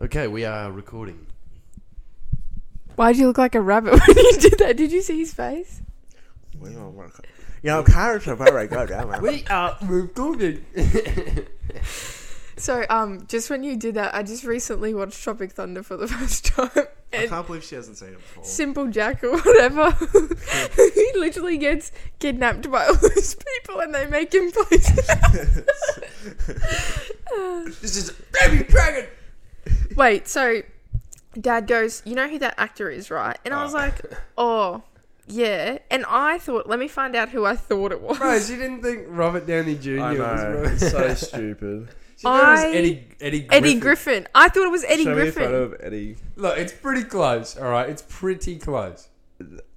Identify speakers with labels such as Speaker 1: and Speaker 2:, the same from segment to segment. Speaker 1: Okay, we are recording.
Speaker 2: Why did you look like a rabbit when you did that? Did you see his face?
Speaker 3: We don't wanna co- You know, cars are very good. aren't they?
Speaker 1: We are recording.
Speaker 2: So, um, just when you did that, I just recently watched Tropic Thunder for the first time,
Speaker 3: I
Speaker 2: and
Speaker 3: can't believe she hasn't seen it before.
Speaker 2: Simple Jack or whatever, he literally gets kidnapped by all those people, and they make him poison.
Speaker 1: this is baby dragon.
Speaker 2: Wait, so Dad goes, "You know who that actor is, right?" And I was
Speaker 3: Oh.
Speaker 2: like, "Oh, yeah." And I thought, "Let me find out who I thought it was."
Speaker 1: Bro, she didn't think Robert Downey Jr.
Speaker 3: I
Speaker 1: was
Speaker 3: know.
Speaker 1: Robert.
Speaker 3: It's so stupid.
Speaker 1: She thought it was
Speaker 2: I-
Speaker 1: Eddie Eddie Griffin.
Speaker 2: Eddie Griffin. I thought it was Eddie
Speaker 3: Show
Speaker 2: Griffin.
Speaker 3: me a photo of Eddie.
Speaker 1: Look, it's pretty close. All right, it's pretty close.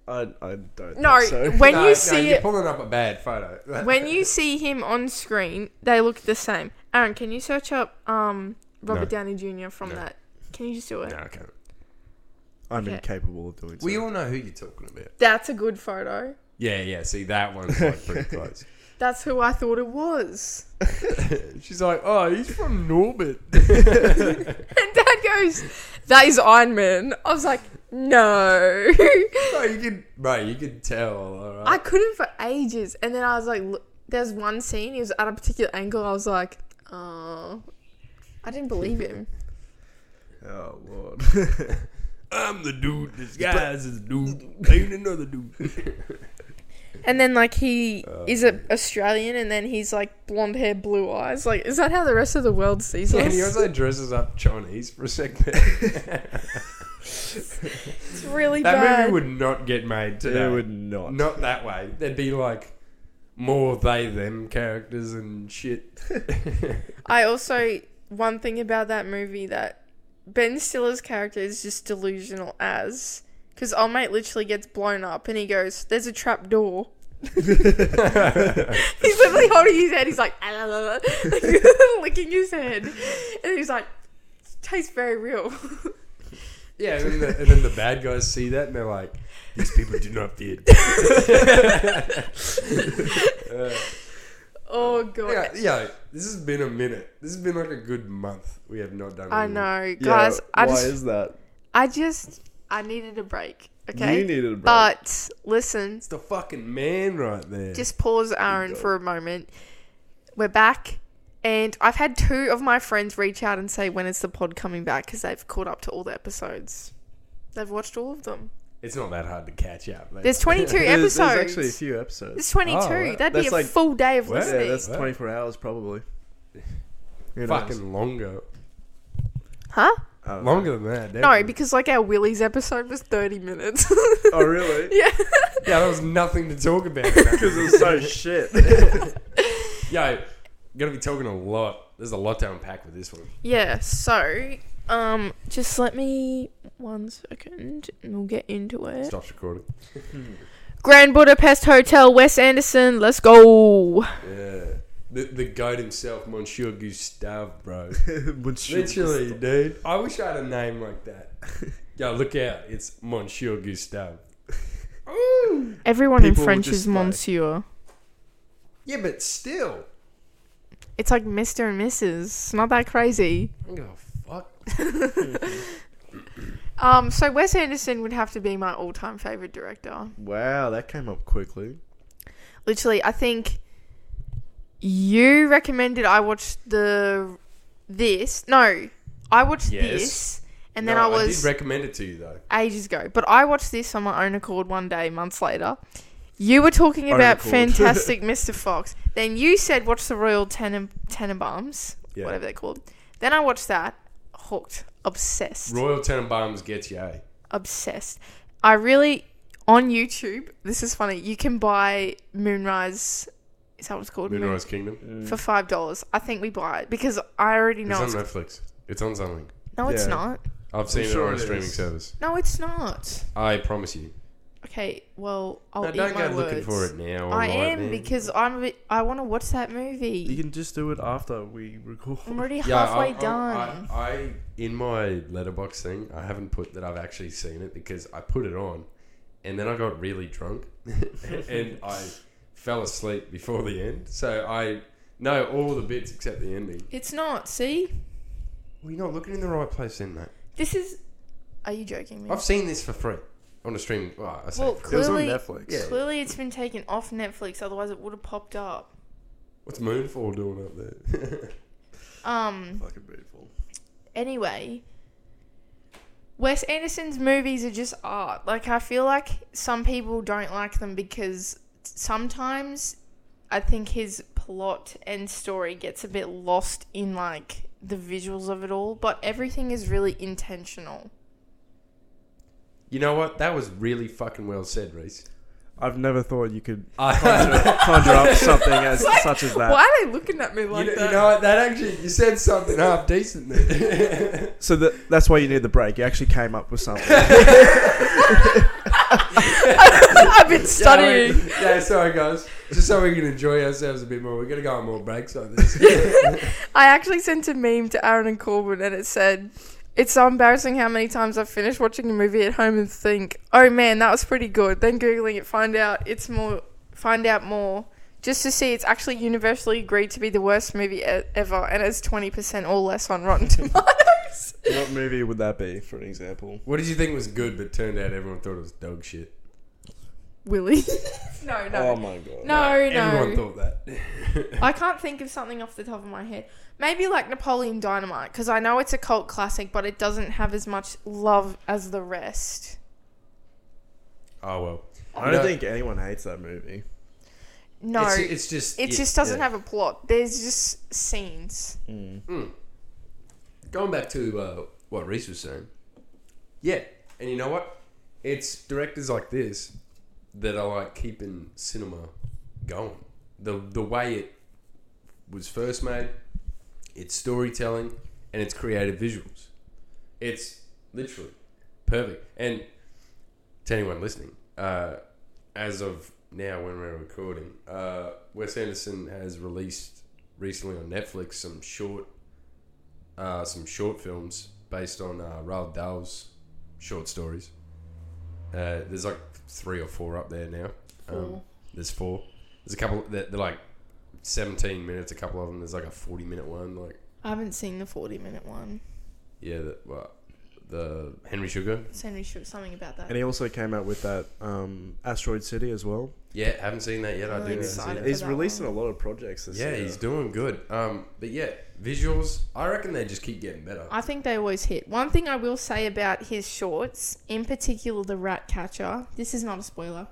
Speaker 3: I, I don't
Speaker 2: No,
Speaker 3: think so.
Speaker 2: when
Speaker 1: No,
Speaker 2: you
Speaker 1: no,
Speaker 2: see
Speaker 1: you're
Speaker 2: it,
Speaker 1: pulling up a bad photo.
Speaker 2: when you see him on screen, they look the same. Aaron, can you search up um, Robert
Speaker 1: No.
Speaker 2: Downey Jr. from
Speaker 1: No.
Speaker 2: that? Can you just do it?
Speaker 1: no, I can't.
Speaker 3: I'm
Speaker 2: Okay.
Speaker 3: incapable of doing
Speaker 1: We
Speaker 3: so.
Speaker 1: all know who you're talking about.
Speaker 2: That's a good photo.
Speaker 1: Yeah, yeah. See, that one's like pretty close.
Speaker 2: That's who I thought it was.
Speaker 1: She's like, oh, he's from Norbert.
Speaker 2: And Dad goes, "That is Iron Man." I was like, "No."
Speaker 1: Bro, you could, bro, you could tell. All right.
Speaker 2: I couldn't for ages, and then I was like, look, "There's one scene. He was at a particular angle." I was like, "Oh." I didn't believe him.
Speaker 3: Oh, Lord.
Speaker 1: I'm the dude. This guy's this dude. Ain't another dude.
Speaker 2: And then, like, he
Speaker 1: Oh,
Speaker 2: is a Australian, and then he's like blonde hair, blue eyes. Like, is that how the rest of the world sees us?
Speaker 1: and he also dresses up Chinese for a second.
Speaker 2: It's really
Speaker 1: that
Speaker 2: bad.
Speaker 1: movie would not get made today.
Speaker 3: it would not.
Speaker 1: Not that way. There'd be like more they them characters and shit.
Speaker 2: I also one thing about that movie that Ben Stiller's character is just delusional as because our mate literally gets blown up, and he goes, "There's a trap door." He's literally holding his head. He's like, "Ah, la, la, la," like licking his head, and he's like, "Tastes very real."
Speaker 1: yeah, and then, the, and then the bad guys see that and they're like, these people do not fear.
Speaker 2: oh god.
Speaker 1: yeah, yeah, this has been a minute. This has been like a good month. We have not done.
Speaker 2: I
Speaker 1: anything.
Speaker 2: know,
Speaker 3: Yeah,
Speaker 2: guys. I
Speaker 3: why
Speaker 2: just,
Speaker 3: is that?
Speaker 2: I just, I needed a break. Okay. Uh,
Speaker 3: You needed a break.
Speaker 2: But listen,
Speaker 1: It's the fucking man right there.
Speaker 2: just pause, Aaron, for a moment. We're back, and I've had two of my friends reach out and say when is the pod coming back because they've caught up to all the episodes. They've watched all of them.
Speaker 1: it's not that hard to catch up. mate.
Speaker 2: There's 22
Speaker 3: There's,
Speaker 2: episodes.
Speaker 3: there's actually a few episodes.
Speaker 2: There's 22.
Speaker 1: Oh, wow.
Speaker 2: That'd be
Speaker 3: That's
Speaker 2: a
Speaker 3: like-
Speaker 2: full day of
Speaker 1: Wow. Yeah,
Speaker 2: listening.
Speaker 3: Yeah, that's
Speaker 1: Wow.
Speaker 3: 24 hours probably. Who knows?
Speaker 1: fucking longer,
Speaker 2: huh?
Speaker 3: I don't know.
Speaker 1: longer than that.
Speaker 2: No,
Speaker 1: definitely.
Speaker 2: because like our Willie's episode was 30 minutes.
Speaker 3: Oh, really?
Speaker 2: yeah.
Speaker 1: yeah, there was nothing to talk about.
Speaker 3: Because it's so shit.
Speaker 1: Yo, gonna be talking a lot. There's a lot to unpack with this one.
Speaker 2: Yeah, so um just let me one second and we'll get into it.
Speaker 1: Stops recording.
Speaker 2: Grand Budapest Hotel, Wes Anderson, let's go.
Speaker 1: Yeah. The, the goat himself, Monsieur Gustave, bro.
Speaker 3: Monsieur
Speaker 1: Literally, dude. I wish I had a name like that. Yo, look out. It's Monsieur Gustave. Ooh.
Speaker 2: Everyone
Speaker 3: People
Speaker 2: in French
Speaker 3: just
Speaker 2: is
Speaker 3: like-
Speaker 2: Monsieur.
Speaker 1: Yeah, but still.
Speaker 2: It's like Mr. and Mrs. It's not that crazy.
Speaker 1: I don't give a fuck.
Speaker 2: Um, so Wes Anderson would have to be my all time favourite director.
Speaker 3: Wow, that came up quickly.
Speaker 2: Literally, I think you recommended I watch the this. No. I watched
Speaker 1: Yes.
Speaker 2: this and then
Speaker 1: No,
Speaker 2: I was
Speaker 1: did recommend it to you, though.
Speaker 2: ages ago, but I watched this on my own accord one day, months later. You were talking
Speaker 3: Own
Speaker 2: about
Speaker 3: accord.
Speaker 2: Fantastic Mr. Fox. Then you said watch the Royal Tenen- Tenenbaums,
Speaker 1: Yeah.
Speaker 2: whatever they're called. Then I watched that, hooked, obsessed,
Speaker 1: Royal Tenenbaums gets you, eh?
Speaker 2: obsessed. I really on YouTube. This is funny. You can buy Moonrise. Is that what it's called?
Speaker 1: Moonrise Kingdom.
Speaker 2: Moon- for five dollars. I think we buy it because I already know.
Speaker 1: it's
Speaker 2: It's
Speaker 1: on Netflix. It's on something.
Speaker 2: no, it's
Speaker 3: Yeah.
Speaker 2: not.
Speaker 1: I've seen it
Speaker 3: sure
Speaker 1: on a
Speaker 3: it
Speaker 1: streaming
Speaker 3: is.
Speaker 1: service.
Speaker 2: No, it's not.
Speaker 1: I promise you.
Speaker 2: Okay, well, I'll
Speaker 1: No,
Speaker 2: Oh, eat
Speaker 1: don't
Speaker 2: my
Speaker 1: go
Speaker 2: words.
Speaker 1: looking for it now. online,
Speaker 2: I am
Speaker 1: Oh, man.
Speaker 2: because I'm. a bit- I want to watch that
Speaker 3: You
Speaker 2: movie.
Speaker 3: can just do it after we record.
Speaker 2: I'm already
Speaker 1: Yeah,
Speaker 2: halfway
Speaker 1: I- I-
Speaker 2: done.
Speaker 1: I, I in my letterbox thing, I haven't put that I've actually seen it because I put it on, and then I got really drunk, and I fell asleep before the end. So I know all the bits except the ending.
Speaker 2: it's not. See,
Speaker 1: Well, you're not looking in the right place, then, mate.
Speaker 2: This is. Are you joking me?
Speaker 1: I've seen this for free on a streaming. Well, I say
Speaker 2: well,
Speaker 1: free.
Speaker 3: It was on
Speaker 2: clearly,
Speaker 3: Netflix.
Speaker 1: Yeah.
Speaker 2: clearly it's been taken off Netflix. Otherwise, it would have popped up.
Speaker 1: what's Moonfall doing up there?
Speaker 2: Um.
Speaker 3: Fucking beautiful.
Speaker 2: Anyway, Wes Anderson's movies are just art. Like I feel like some people don't like them because sometimes I think his plot and story gets a bit lost in like the visuals of it all, but everything is really intentional.
Speaker 1: you know what? That was really fucking well said, Reese.
Speaker 3: I've never thought you could
Speaker 1: I,
Speaker 3: conjure, conjure up something as such as that.
Speaker 2: Why are they looking at me
Speaker 1: you, know,
Speaker 2: like
Speaker 1: you
Speaker 2: that?
Speaker 1: know what? That actually, you said something half decent there.
Speaker 3: So that, that's why you need the break. You actually came up with something.
Speaker 2: I've been studying.
Speaker 1: Yeah, we- yeah, sorry guys. Just so we can enjoy ourselves a bit more, we're gonna go on more breaks like this.
Speaker 2: I actually sent a meme to Aaron and Corbin and it said, It's so embarrassing how many times I've finished watching a movie at home and think, Oh man, that was pretty good. Then Googling it, find out it's more, find out more, just to see it's actually universally agreed to be the worst movie e- ever and it's 20% or less on Rotten Tomatoes.
Speaker 3: what movie would that be, for an example?
Speaker 1: what did you think was good, but turned out everyone thought it was dog shit?
Speaker 2: Willie. no,
Speaker 3: Oh
Speaker 2: no.
Speaker 3: my god.
Speaker 2: no,
Speaker 1: Everyone
Speaker 2: no.
Speaker 1: thought that.
Speaker 2: I can't think of something off the top of my head. Maybe like Napoleon Dynamite, because I know it's a cult classic, but it doesn't have as much love as the rest.
Speaker 1: oh well.
Speaker 3: I
Speaker 1: No,
Speaker 3: don't think anyone hates that movie.
Speaker 2: No,
Speaker 1: It's,
Speaker 2: it,
Speaker 1: it's just.
Speaker 2: just doesn't have a plot. There's just scenes.
Speaker 1: have. Going back to uh, what Reese was saying. Yeah, and you know what? It's directors like this that are like keeping cinema going. The the way it was first made, it's storytelling, and it's creative visuals. It's literally perfect. And to anyone listening, uh, as of now when we're recording, uh, Wes Anderson has released recently on Netflix some short, uh, some short films based on uh, Roald Dahl's short stories. Uh, there's like three or four up there now. Um,
Speaker 2: Four.
Speaker 1: there's four. There's a couple. They're, they're like 17 minutes. A couple of them. There's like a 40 minute one. Like
Speaker 2: I haven't seen the 40 minute one.
Speaker 1: yeah, the, well, the Henry Sugar.
Speaker 2: Sandy shoot something about that.
Speaker 3: And he also came out with that um, Asteroid City as well.
Speaker 1: Yeah, haven't seen that yet. I
Speaker 2: Really
Speaker 1: do need to see
Speaker 2: Oh, excited
Speaker 1: that.
Speaker 2: for
Speaker 3: He's
Speaker 2: that
Speaker 3: releasing
Speaker 2: one.
Speaker 3: a lot of projects this
Speaker 1: Yeah,
Speaker 3: year.
Speaker 1: he's doing good. Um, but yeah, visuals. I reckon they just keep getting better.
Speaker 2: I think they always hit. One thing I will say about his shorts, in particular the rat catcher, this is not a spoiler.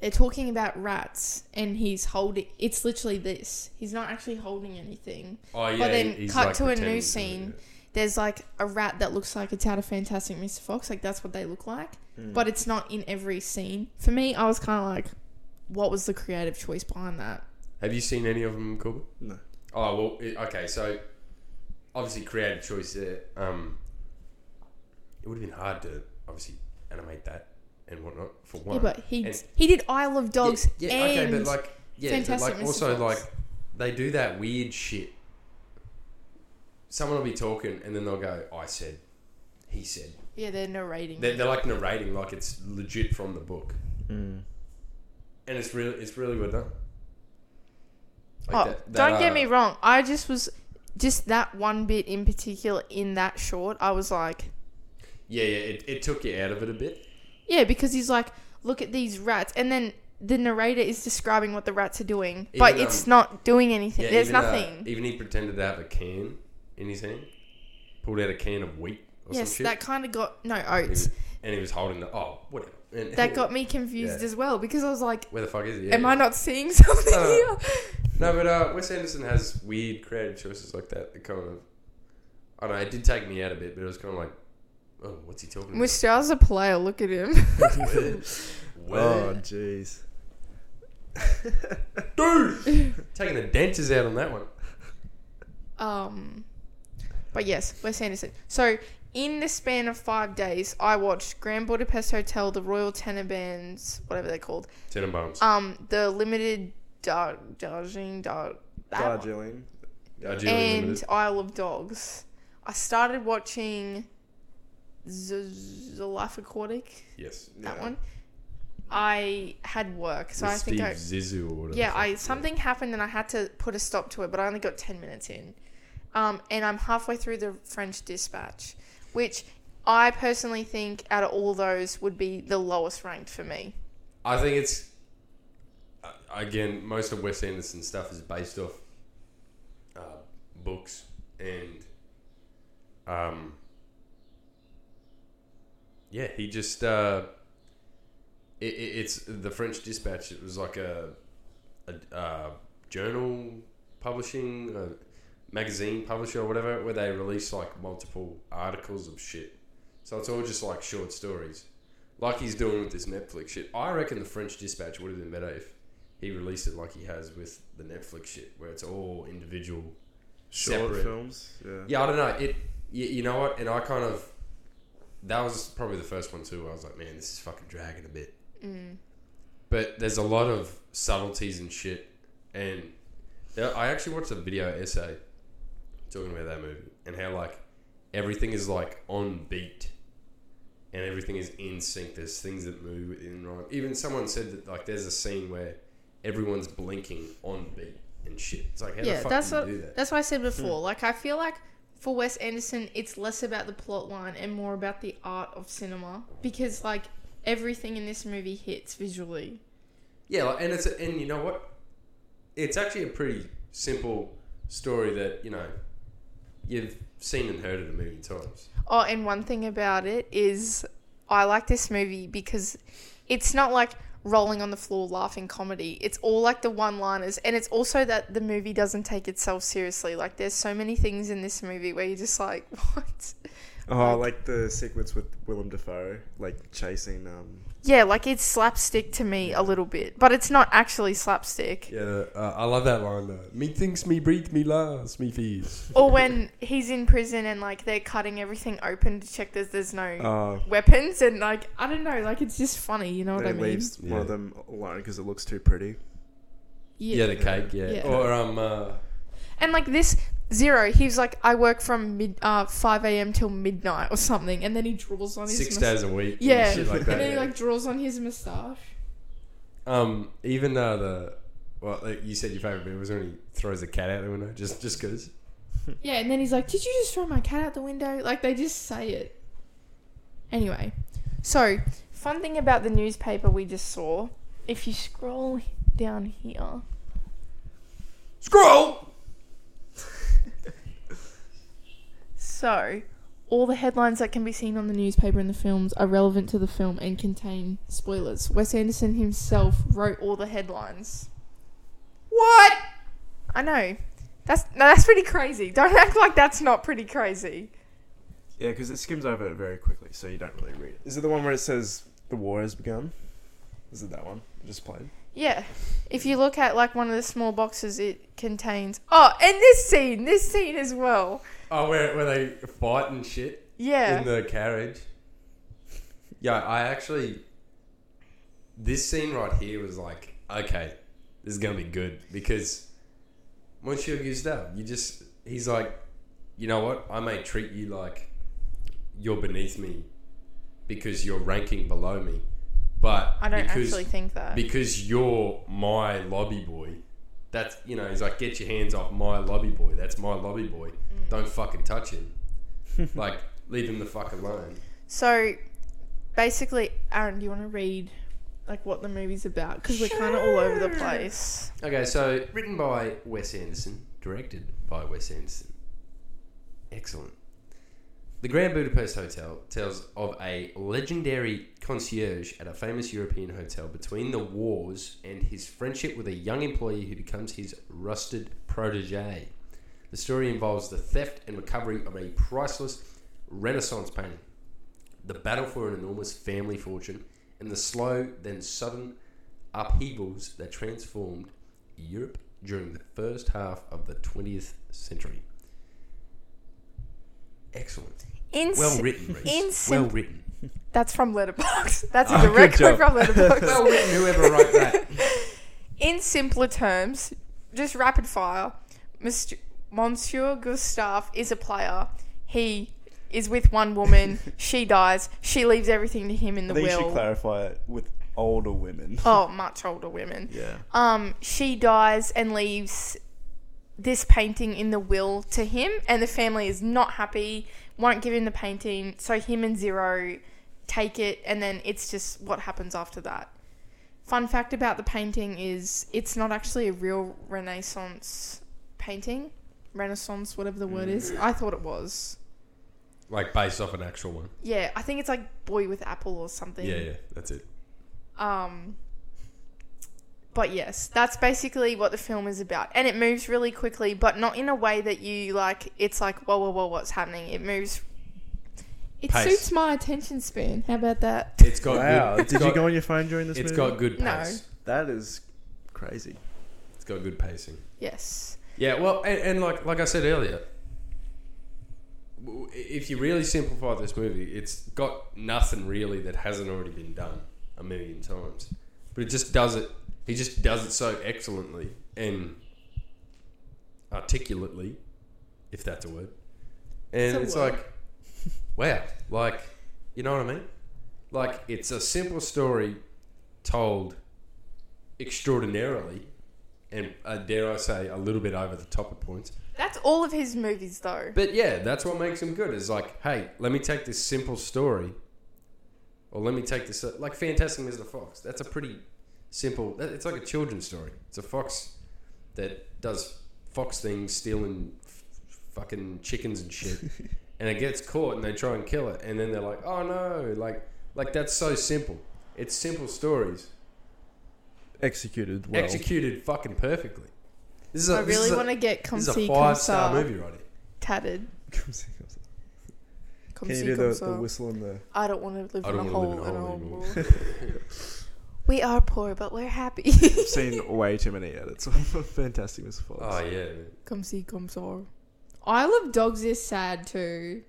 Speaker 2: They're talking about rats and he's holding it's literally this. He's not actually holding anything.
Speaker 1: oh yeah,
Speaker 2: but then
Speaker 1: he- he's,
Speaker 2: cut
Speaker 1: like,
Speaker 2: to a
Speaker 1: pretending
Speaker 2: new
Speaker 1: do
Speaker 2: scene.
Speaker 1: it.
Speaker 2: There's like a rat that looks like it's out of Fantastic Mr. Fox, like that's what they look like.
Speaker 1: Hmm.
Speaker 2: But it's not in every scene. For me, I was kinda like, what was the creative choice behind that?
Speaker 1: Have you seen any of them, Corbin?
Speaker 3: No.
Speaker 1: Oh well, it, okay. So obviously, creative choice there. Um, it would have been hard to obviously animate that and whatnot for one.
Speaker 2: Yeah, but he
Speaker 1: And-
Speaker 2: he did Isle of Dogs
Speaker 1: Yeah,
Speaker 2: and
Speaker 1: okay, but like, yeah, but
Speaker 2: Fantastic
Speaker 1: like
Speaker 2: Mr.
Speaker 1: also
Speaker 2: Fox.
Speaker 1: like they do that weird shit. Someone will be talking, and then they'll go, "I said," "He said."
Speaker 2: yeah, they're narrating.
Speaker 1: They're, they're like narrating like it's legit from the book,
Speaker 3: Mm.
Speaker 1: and it's really it's really well done.
Speaker 2: oh,
Speaker 1: Like that- that,
Speaker 2: don't get
Speaker 1: uh,
Speaker 2: me wrong. I just was just that one bit in particular in that short. I was like,
Speaker 1: Yeah, yeah, it, it took you out of it a bit.
Speaker 2: yeah, because he's like, look at these rats, and then the narrator is describing what the rats are doing,
Speaker 1: Even,
Speaker 2: but it's
Speaker 1: um,
Speaker 2: not doing anything.
Speaker 1: Yeah,
Speaker 2: There's
Speaker 1: even, uh,
Speaker 2: nothing.
Speaker 1: even he pretended to have a can in his hand, pulled out a can of wheat or
Speaker 2: yes,
Speaker 1: some shit,
Speaker 2: that kind of got no
Speaker 1: and, he was,
Speaker 2: oats.
Speaker 1: and he was holding the oh whatever. And,
Speaker 2: That got me confused
Speaker 1: Yeah.
Speaker 2: as well because I was like,
Speaker 1: where the fuck is he? Yeah,
Speaker 2: am
Speaker 1: yeah.
Speaker 2: I not seeing something
Speaker 1: Uh,
Speaker 2: here?
Speaker 1: No, but uh, Wes Anderson has weird creative choices like that. That kind of, I don't know. It did take me out a bit, but it was kind of like, oh, what's he talking about?
Speaker 2: Mustard's a player. Look at him.
Speaker 3: Oh,
Speaker 1: Well,
Speaker 3: jeez.
Speaker 1: dude, taking the dentures out on that one.
Speaker 2: Um, but yes, Wes Anderson. So in the span of five days, I watched Grand Budapest Hotel, The Royal Tenenbaums, whatever they're called.
Speaker 1: Tenenbaums.
Speaker 2: Um, the limited Dar- Darjeeling, Dar- that one.
Speaker 3: Darjeeling.
Speaker 1: Darjeeling
Speaker 2: and
Speaker 1: Limited.
Speaker 2: Isle of Dogs. I started watching Z- The Life Aquatic,
Speaker 1: yes.
Speaker 2: that
Speaker 3: Yeah.
Speaker 2: one. I had work, so
Speaker 1: With
Speaker 2: I think I
Speaker 1: Steve Zissou or whatever. the
Speaker 2: yeah,
Speaker 1: fuck.
Speaker 2: I something happened and I had to put a stop to it, but I only got ten minutes in, um, and I'm halfway through the French Dispatch, which I personally think out of all those would be the lowest ranked for me.
Speaker 1: I think it's uh, again most of Wes Anderson's stuff is based off uh, books and um yeah he just uh it, it, it's the French Dispatch it was like a a uh, journal publishing uh magazine publisher or whatever where they release like multiple articles of shit so it's all just like short stories like he's doing with this Netflix shit. I reckon the French Dispatch would have been better if he released it like he has with the Netflix shit, where it's all individual.
Speaker 3: Short
Speaker 1: Separate.
Speaker 3: films. Yeah.
Speaker 1: Yeah, I don't know. It, you, you know what? And I kind of that was probably the first one too. Where I was like, man, this is fucking dragging a bit.
Speaker 2: Mm.
Speaker 1: But there's a lot of subtleties and shit. And yeah, I actually watched a video essay talking about that movie and how like everything is like on beat and everything is in sync. There's things that move within rhyme. Even someone said that like there's a scene where everyone's blinking on beat and shit. It's like how
Speaker 2: Yeah,
Speaker 1: the fuck
Speaker 2: that's
Speaker 1: do you
Speaker 2: what-
Speaker 1: do that?
Speaker 2: That's what I said before. Like, I feel like for Wes Anderson, it's less about the plot line and more about the art of cinema because, like, everything in this movie hits visually.
Speaker 1: Yeah, like, and it's and you know what? It's actually a pretty simple story that you know you've seen and heard it a million times.
Speaker 2: Oh, and one thing about it is I like this movie because it's not like rolling on the floor laughing comedy. It's all like the one liners. And it's also that the movie doesn't take itself seriously. Like, there's so many things in this movie where you're just like, what?
Speaker 3: Oh, like the sequence with Willem Dafoe, like chasing. Um,
Speaker 2: Yeah, like it's slapstick to me a little bit, but it's not actually slapstick.
Speaker 1: Yeah, uh, I love that line. Though. Me thinks, me breathe, me laughs, me fears.
Speaker 2: Or when he's in prison and like they're cutting everything open to check that there's no
Speaker 3: oh,
Speaker 2: weapons and like I don't know, like it's just funny, you know what
Speaker 3: that
Speaker 2: I
Speaker 3: he
Speaker 2: mean?
Speaker 3: leaves one of
Speaker 1: Yeah.
Speaker 3: them alone because it looks too pretty.
Speaker 1: Yeah, the cake. Yeah,
Speaker 2: Yeah.
Speaker 1: or um, uh,
Speaker 2: And like this zero, he's like, I work from mid uh, five a.m. till midnight or something, and then he draws on his
Speaker 1: six
Speaker 2: mus-
Speaker 1: days a week. and
Speaker 2: Yeah,
Speaker 1: shit like
Speaker 2: and then
Speaker 1: that.
Speaker 2: he
Speaker 1: yeah.
Speaker 2: like draws on his moustache.
Speaker 1: um, even uh, the well, like you said your favorite bit was when he throws the cat out the window. Just just cause.
Speaker 2: Yeah, and then he's like, "Did you just throw my cat out the window?" Like they just say it. Anyway, so fun thing about the newspaper we just saw. If you scroll down here,
Speaker 1: Scroll.
Speaker 2: so all the headlines that can be seen on the newspaper and the films are relevant to the film and contain spoilers. Wes Anderson himself wrote all the headlines. What? I know. That's no, that's pretty crazy. Don't act like that's not pretty crazy.
Speaker 3: Yeah, because it skims over it very quickly, so you don't really read it. Is it the one where it says the war has begun? Is it that one? I just played.
Speaker 2: Yeah. If you look at like one of the small boxes, it contains. Oh, and this scene, this scene as well.
Speaker 1: Oh, where where they fight and shit.
Speaker 2: Yeah.
Speaker 1: in the carriage. Yeah, I actually. This scene right here was like, okay, this is gonna be good because once you're used up, you just he's like, you know what? I may treat you like you're beneath me because you're ranking below me, but
Speaker 2: I don't
Speaker 1: because,
Speaker 2: actually think that.
Speaker 1: because you're my lobby boy. That's you know, he's like, get your hands off my lobby boy. That's my lobby boy. Don't fucking touch him. like, leave him the fuck alone.
Speaker 2: so, basically, Aaron, do you want to read like what the movie's about? Because we're kind of all over the place.
Speaker 1: Okay, so written by Wes Anderson, directed by Wes Anderson. Excellent. The Grand Budapest Hotel tells of a legendary concierge at a famous European hotel between the wars and his friendship with a young employee who becomes his rusted protege. The story involves the theft and recovery of a priceless Renaissance painting, the battle for an enormous family fortune, and the slow, then sudden upheavals that transformed Europe during the first half of the 20th century. Excellent.
Speaker 2: In
Speaker 1: Well written, Reese.
Speaker 2: in
Speaker 1: well
Speaker 2: sim-
Speaker 1: written.
Speaker 2: that's from Letterbox. That's a
Speaker 3: Ah, good
Speaker 2: direct quote
Speaker 3: job.
Speaker 2: from Letterbox.
Speaker 1: well written, whoever wrote that.
Speaker 2: In simpler terms, just rapid fire, Mr. Monsieur Gustave is a player. He is with one woman. she dies. She leaves everything to him in the
Speaker 3: I think you
Speaker 2: will.
Speaker 3: should clarify it with older women.
Speaker 2: oh, much older women.
Speaker 3: Yeah.
Speaker 2: Um, she dies and leaves this painting in the will to him, and the family is not happy, won't give him the painting, so him and Zero take it, and then it's just what happens after that. Fun fact about the painting is it's not actually a real Renaissance painting, Renaissance, whatever the word is. I thought it was.
Speaker 1: Like based off an actual one.
Speaker 2: Yeah, I think it's like Boy with Apple or something.
Speaker 1: Yeah, yeah, that's it.
Speaker 2: Um, but yes, that's basically what the film is about, and it moves really quickly, but not in a way that you like. It's like whoa, whoa, whoa, what's happening? It moves. It
Speaker 1: Pace.
Speaker 2: suits my attention span. How about that?
Speaker 1: It's got
Speaker 3: Wow.
Speaker 1: good. It's
Speaker 3: Did
Speaker 1: got,
Speaker 3: you go on your phone during this
Speaker 1: It's
Speaker 3: movie?
Speaker 1: got good pace.
Speaker 2: No.
Speaker 3: That is crazy.
Speaker 1: It's got good pacing.
Speaker 2: Yes.
Speaker 1: Yeah, well, and, and like like I said earlier, w- if you really simplify this movie, it's got nothing really that hasn't already been done a million times, but it just does it. He just does it so excellently and articulately, if that's a word. And
Speaker 2: It's a
Speaker 1: it's,
Speaker 2: word.
Speaker 1: like, wow, like you know what I mean? Like it's a simple story told extraordinarily and uh, dare I say, a little bit over the top at points.
Speaker 2: That's all of his movies, though.
Speaker 1: But yeah, that's what makes him good. Is like, hey, let me take this simple story, or let me take this like Fantastic Mr. Fox. That's a pretty simple. that- It's like a children's story. It's a fox that does fox things, stealing f- fucking chickens and shit, and it gets caught, and they try and kill it, and then they're like, oh no, like, like that's so simple. It's simple stories
Speaker 3: Executed well.
Speaker 1: executed fucking perfectly. This is a,
Speaker 2: I
Speaker 1: this is
Speaker 2: really
Speaker 1: a-
Speaker 2: want to get
Speaker 1: this is a
Speaker 2: Comsi
Speaker 1: five star
Speaker 2: Comsa
Speaker 1: movie, right? here.
Speaker 2: tatted.
Speaker 3: Come see, come see.
Speaker 2: Comsi
Speaker 3: Can you do the, the
Speaker 2: Comsa.
Speaker 3: whistle and the?
Speaker 2: I don't want to live
Speaker 1: I
Speaker 2: in a
Speaker 1: don't wanna
Speaker 2: hole.
Speaker 1: live in
Speaker 2: In
Speaker 1: a
Speaker 2: a
Speaker 1: hole
Speaker 2: hole.
Speaker 1: anymore.
Speaker 2: we are poor, but we're happy.
Speaker 3: I've seen way too many edits. Fantastic Mr. Fox.
Speaker 1: Oh yeah, man.
Speaker 2: Come see, come saw. Isle of Dogs is sad too.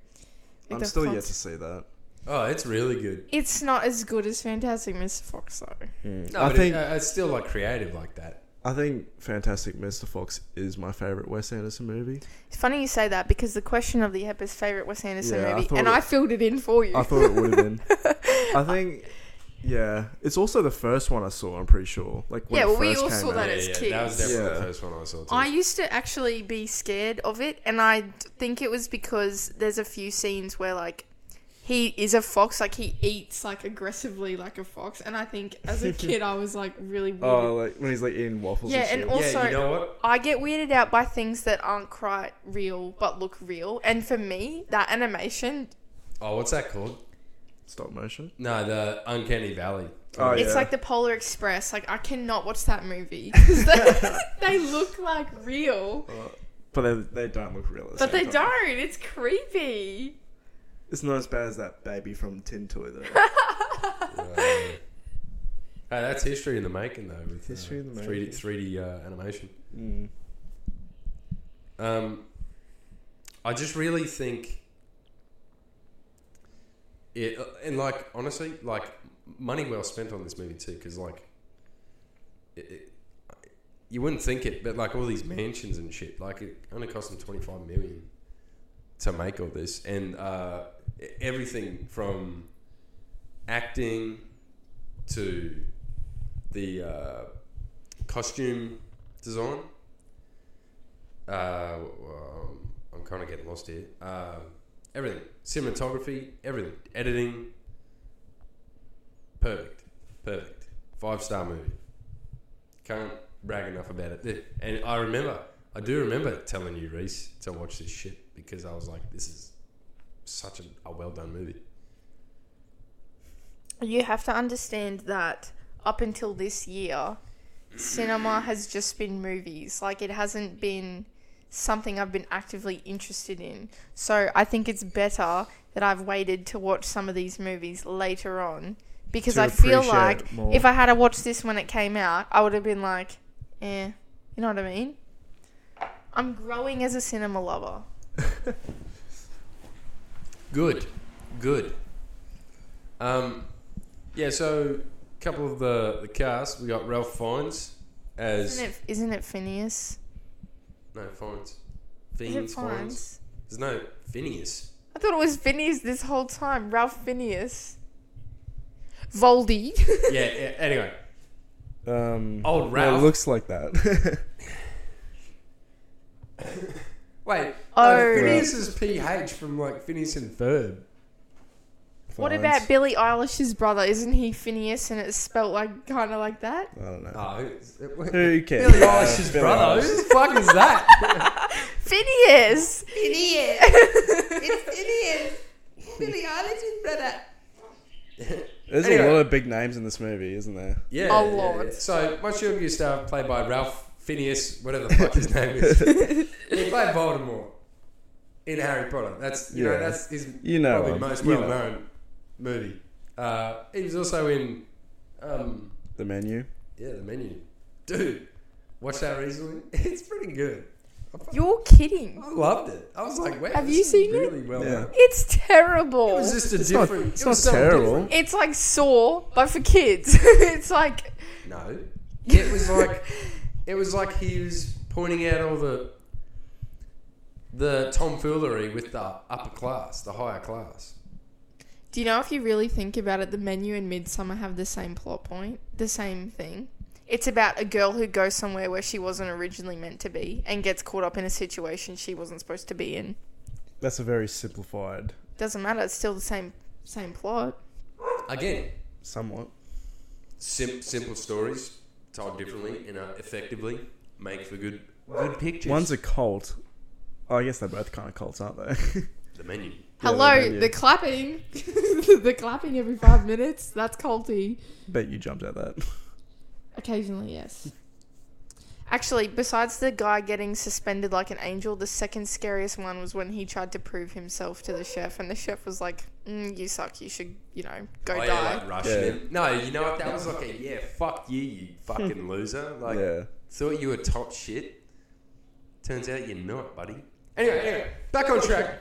Speaker 2: Like
Speaker 3: I'm
Speaker 2: the
Speaker 3: still yet
Speaker 2: Fox-
Speaker 3: to see that.
Speaker 1: oh, it's really good.
Speaker 2: It's not as good as Fantastic Mr. Fox though.
Speaker 1: No,
Speaker 3: Mm. I
Speaker 1: but
Speaker 3: think
Speaker 1: it, uh, it's still like creative like that.
Speaker 3: I think Fantastic Mr. Fox is my favorite Wes Anderson movie.
Speaker 2: It's funny you say that because the question of the ep is favorite Wes Anderson
Speaker 3: Yeah, I
Speaker 2: movie,
Speaker 3: thought
Speaker 2: and
Speaker 3: it-
Speaker 2: I filled it in for you.
Speaker 3: I thought it would have been. I think, yeah, it's also the first one I saw. I'm pretty sure. Like when
Speaker 2: Yeah,
Speaker 3: it
Speaker 2: well, we
Speaker 3: first
Speaker 2: all
Speaker 3: came
Speaker 2: saw
Speaker 3: out.
Speaker 2: that
Speaker 1: yeah,
Speaker 2: as
Speaker 1: yeah, that was
Speaker 2: kids.
Speaker 1: definitely
Speaker 3: Yeah.
Speaker 1: the first one I saw. Too.
Speaker 2: I used to actually be scared of it, and I d- think it was because there's a few scenes where like he is a fox, like he eats like aggressively like a fox, and I think as a kid I was like really weird.
Speaker 3: Oh, like when he's like eating waffles.
Speaker 2: yeah,
Speaker 3: and,
Speaker 2: and
Speaker 3: shit.
Speaker 2: also
Speaker 1: yeah, you know what?
Speaker 2: I get weirded out by things that aren't quite real but look real, and for me that animation,
Speaker 1: Oh, what's that called?
Speaker 3: stop motion.
Speaker 1: No, the Uncanny Valley.
Speaker 3: Oh,
Speaker 2: it's
Speaker 3: yeah.
Speaker 2: like the Polar Express. Like I cannot watch that movie. 'Cause they, they look like real,
Speaker 3: But they, they don't look real. at the
Speaker 2: but they
Speaker 3: same time.
Speaker 2: don't. It's creepy.
Speaker 3: It's not as bad as that baby from Tin Toy though.
Speaker 1: Uh, hey, that's history in the making though. With, uh,
Speaker 3: History in the
Speaker 1: Three D,
Speaker 3: making.
Speaker 1: three D uh, animation.
Speaker 3: mm.
Speaker 1: Um, I just really think it, uh, and like honestly, like money well spent on this movie too, because like it, it, you wouldn't think it, but like all these mansions and shit, like it only cost them twenty five million to make all this, and uh, e- everything from acting to the uh, costume design uh, um, I'm kind of getting lost here. Uh, everything, cinematography, everything, editing, perfect, perfect, five star movie. Can't brag enough about it. Th- And I remember, I do remember telling you, Reese, to watch this shit because I was like, this is such a, a well done movie.
Speaker 2: You have to understand that up until this year, cinema has just been movies. Like it hasn't been something I've been actively interested in. So I think it's better that I've waited to watch some of these movies later on because
Speaker 3: To
Speaker 2: I feel
Speaker 3: appreciate
Speaker 2: like
Speaker 3: it more.
Speaker 2: if I had to watch this when it came out, I would have been like, eh, you know what I mean? I'm growing as a cinema lover.
Speaker 1: Good, good. Um, yeah. So, a couple of the the cast we got Ralph Fiennes as
Speaker 2: Isn't it, isn't it Phineas?
Speaker 1: no Fiennes.
Speaker 2: Is it
Speaker 1: Fiennes, Fiennes.
Speaker 2: Fiennes?
Speaker 1: There's no Phineas.
Speaker 2: I thought it was Phineas this whole time. Ralph Phineas. Voldy.
Speaker 1: yeah, yeah. Anyway,
Speaker 3: Um,
Speaker 1: Old
Speaker 3: well, Um, it
Speaker 1: Ralph.
Speaker 3: looks like that.
Speaker 1: Wait,
Speaker 2: Oh.
Speaker 1: no, Phineas is PH from like Phineas and Ferb.
Speaker 2: What
Speaker 3: Fines.
Speaker 2: about Billie Eilish's brother? Isn't he Phineas and it's spelt like kind of like that?
Speaker 3: I don't know.
Speaker 1: Oh, who's-
Speaker 3: Who cares?
Speaker 1: Billy Eilish's
Speaker 3: Billie
Speaker 1: brother.
Speaker 3: Eilish.
Speaker 1: Who the fuck is that?
Speaker 2: Phineas!
Speaker 4: It is. Billy Eilish's brother.
Speaker 3: There's
Speaker 1: Anyway.
Speaker 3: a lot of big names in this movie, isn't there?
Speaker 1: Yeah.
Speaker 2: Oh,
Speaker 1: yeah,
Speaker 2: Lord.
Speaker 1: yeah. So much of your star played by Ralph Phineas, whatever the fuck his name is. he played Voldemort in Harry Potter. That's you know
Speaker 3: Yeah.
Speaker 1: that's his
Speaker 3: You know
Speaker 1: probably
Speaker 3: him.
Speaker 1: most
Speaker 3: You
Speaker 1: well
Speaker 3: know
Speaker 1: known movie. Uh, he was also in um,
Speaker 3: The menu.
Speaker 1: yeah the menu. Dude, watch that recently. It's pretty good. I fu-
Speaker 2: You're kidding.
Speaker 1: I loved it. I was like, wow,
Speaker 2: Have
Speaker 1: this
Speaker 2: you
Speaker 1: is
Speaker 2: seen it?
Speaker 1: really well
Speaker 3: Yeah.
Speaker 1: done.
Speaker 2: It's
Speaker 1: It
Speaker 2: terrible.
Speaker 1: was just a
Speaker 3: not-
Speaker 1: different.
Speaker 3: Oh, it's
Speaker 1: it was so
Speaker 3: not terrible.
Speaker 2: It's like Saw, but for kids. it's like
Speaker 1: different. No, it was like it was like he was pointing out all the the tomfoolery with the upper class, the higher class.
Speaker 2: Do you know if you really think about it, the menu and Midsummer have the same plot point, the same thing? It's about a girl who goes somewhere where she wasn't originally meant to be and gets caught up in a situation she wasn't supposed to be in.
Speaker 3: That's a very simplified,
Speaker 2: Doesn't matter, it's still the same same plot.
Speaker 1: Again,
Speaker 3: somewhat.
Speaker 1: sim- simple stories told differently and uh, effectively make for good good pictures.
Speaker 3: One's a cult. Oh, I guess they're both kind of cults, aren't they?
Speaker 1: the menu.
Speaker 2: Hello,
Speaker 3: the menu.
Speaker 2: the clapping. the clapping every five minutes. That's culty.
Speaker 3: Bet you jumped at that.
Speaker 2: Occasionally, yes. Actually, besides the guy getting suspended like an angel, the second scariest one was when he tried to prove himself to the chef, and the chef was like, mm, "You suck. You should, you know, go
Speaker 1: Oh, yeah,
Speaker 2: die."
Speaker 1: like rushing
Speaker 3: Yeah.
Speaker 1: him. No, you know what? That was like a yeah, fuck you, you fucking loser. Like
Speaker 3: Hmm. yeah.
Speaker 1: Thought you were top shit. Turns out you're not, buddy. Anyway, anyway, back on track.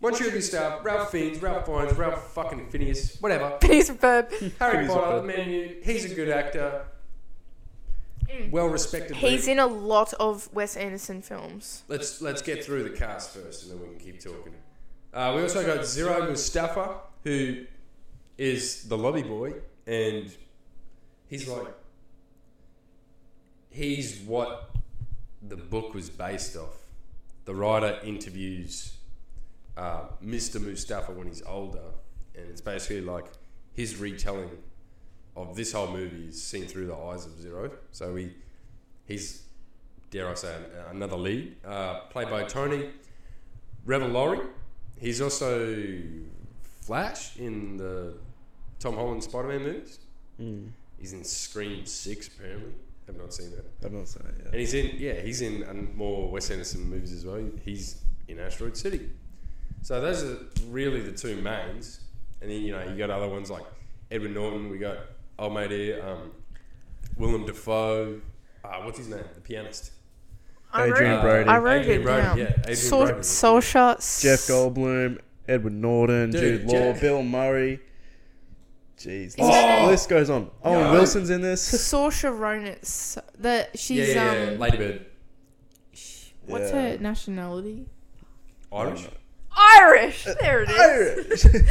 Speaker 1: Once you have your stuff, Ralph Fiennes, Ralph Fiennes, Ralph fucking Phineas, whatever.
Speaker 2: Piece of burp.
Speaker 1: Harry Potter,
Speaker 3: Phineas Potter.
Speaker 1: menu. He's a good actor. Well respected.
Speaker 2: He's in a lot of Wes Anderson films.
Speaker 1: Let's let's get through the cast first, and then we can keep talking. Uh, we also got Zero Mustafa, who is the lobby boy, and he's like he's what the book was based off. The writer interviews uh, Mr. Mustafa when he's older, and it's basically like his retelling of this whole movie is seen through the eyes of Zero. So he he's dare I say, an- another lead, uh, played by Tony Revolori. He's also Flash in the Tom Holland Spider Man movies.
Speaker 3: Mm.
Speaker 1: He's in Scream 6, apparently. I've not seen that.
Speaker 3: I've not seen it
Speaker 1: And
Speaker 3: yet.
Speaker 1: he's in, yeah, he's in um, more Wes Anderson movies as well. He's in Asteroid City. So those are really the two mains. And then, you know, you got other ones like Edward Norton, we got old mate here, um, Willem Dafoe. Uh, what's his name? The pianist.
Speaker 2: I wrote,
Speaker 3: Adrian Brody.
Speaker 2: I wrote
Speaker 1: Uh, Adrian
Speaker 2: it
Speaker 1: Brody,
Speaker 2: down.
Speaker 1: yeah, Adrian
Speaker 2: Saw-
Speaker 1: Brody.
Speaker 2: Saoirse S-
Speaker 3: Jeff Goldblum, Edward Norton,
Speaker 1: Dude,
Speaker 3: Jude Law,
Speaker 1: Jeff-
Speaker 3: Bill Murray. Jeez, the
Speaker 1: Oh!
Speaker 3: list goes on. Owen
Speaker 1: No.
Speaker 3: Wilson's in this.
Speaker 2: Saoirse Ronan. S- The
Speaker 1: Yeah,
Speaker 2: she's
Speaker 1: yeah, yeah.
Speaker 2: um.
Speaker 1: Ladybird.
Speaker 2: sh- what's
Speaker 3: Yeah.
Speaker 2: her nationality?
Speaker 1: Irish.
Speaker 2: Irish. There it is.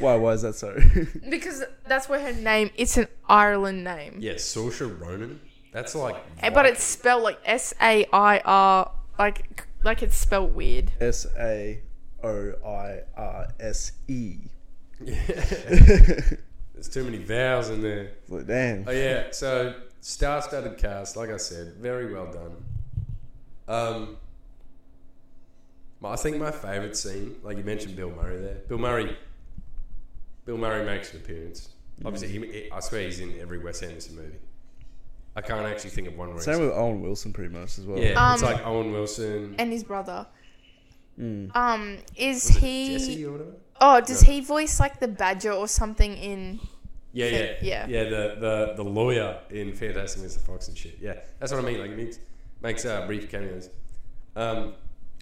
Speaker 3: why? Why is that so?
Speaker 2: Because that's where her name. It's an Ireland name,
Speaker 1: Yeah, Saoirse Ronan. That's like.
Speaker 2: Eh, but it's spelled like S A I R, like like it's spelled weird.
Speaker 3: S A O I R S E.
Speaker 1: it's.
Speaker 3: Like,
Speaker 1: There's too many vowels in there.
Speaker 3: Damn.
Speaker 1: Oh yeah. So star-studded cast, like I said, very well done. Um, my- I think my favourite scene, like you mentioned, Bill Murray there. Bill Murray. Bill Murray makes an appearance. Obviously, he, he- I swear he's in every Wes Anderson movie. I can't actually think of one where.
Speaker 3: Same
Speaker 1: he's-
Speaker 3: with Owen Wilson, pretty much as well.
Speaker 1: yeah, it's
Speaker 2: Um,
Speaker 1: like Owen Wilson.
Speaker 2: And his brother.
Speaker 3: Mm.
Speaker 2: Um, is
Speaker 1: Was it
Speaker 2: he?
Speaker 1: Jesse or whatever?
Speaker 2: Oh, does
Speaker 1: No.
Speaker 2: he voice like the badger or something in?
Speaker 1: Yeah, yeah,
Speaker 2: Fit-
Speaker 1: yeah.
Speaker 2: yeah.
Speaker 1: the, the the lawyer in Fantastic Mr. Fox and shit. Yeah, that's what I mean. Like, it makes makes uh, brief cameos. Um,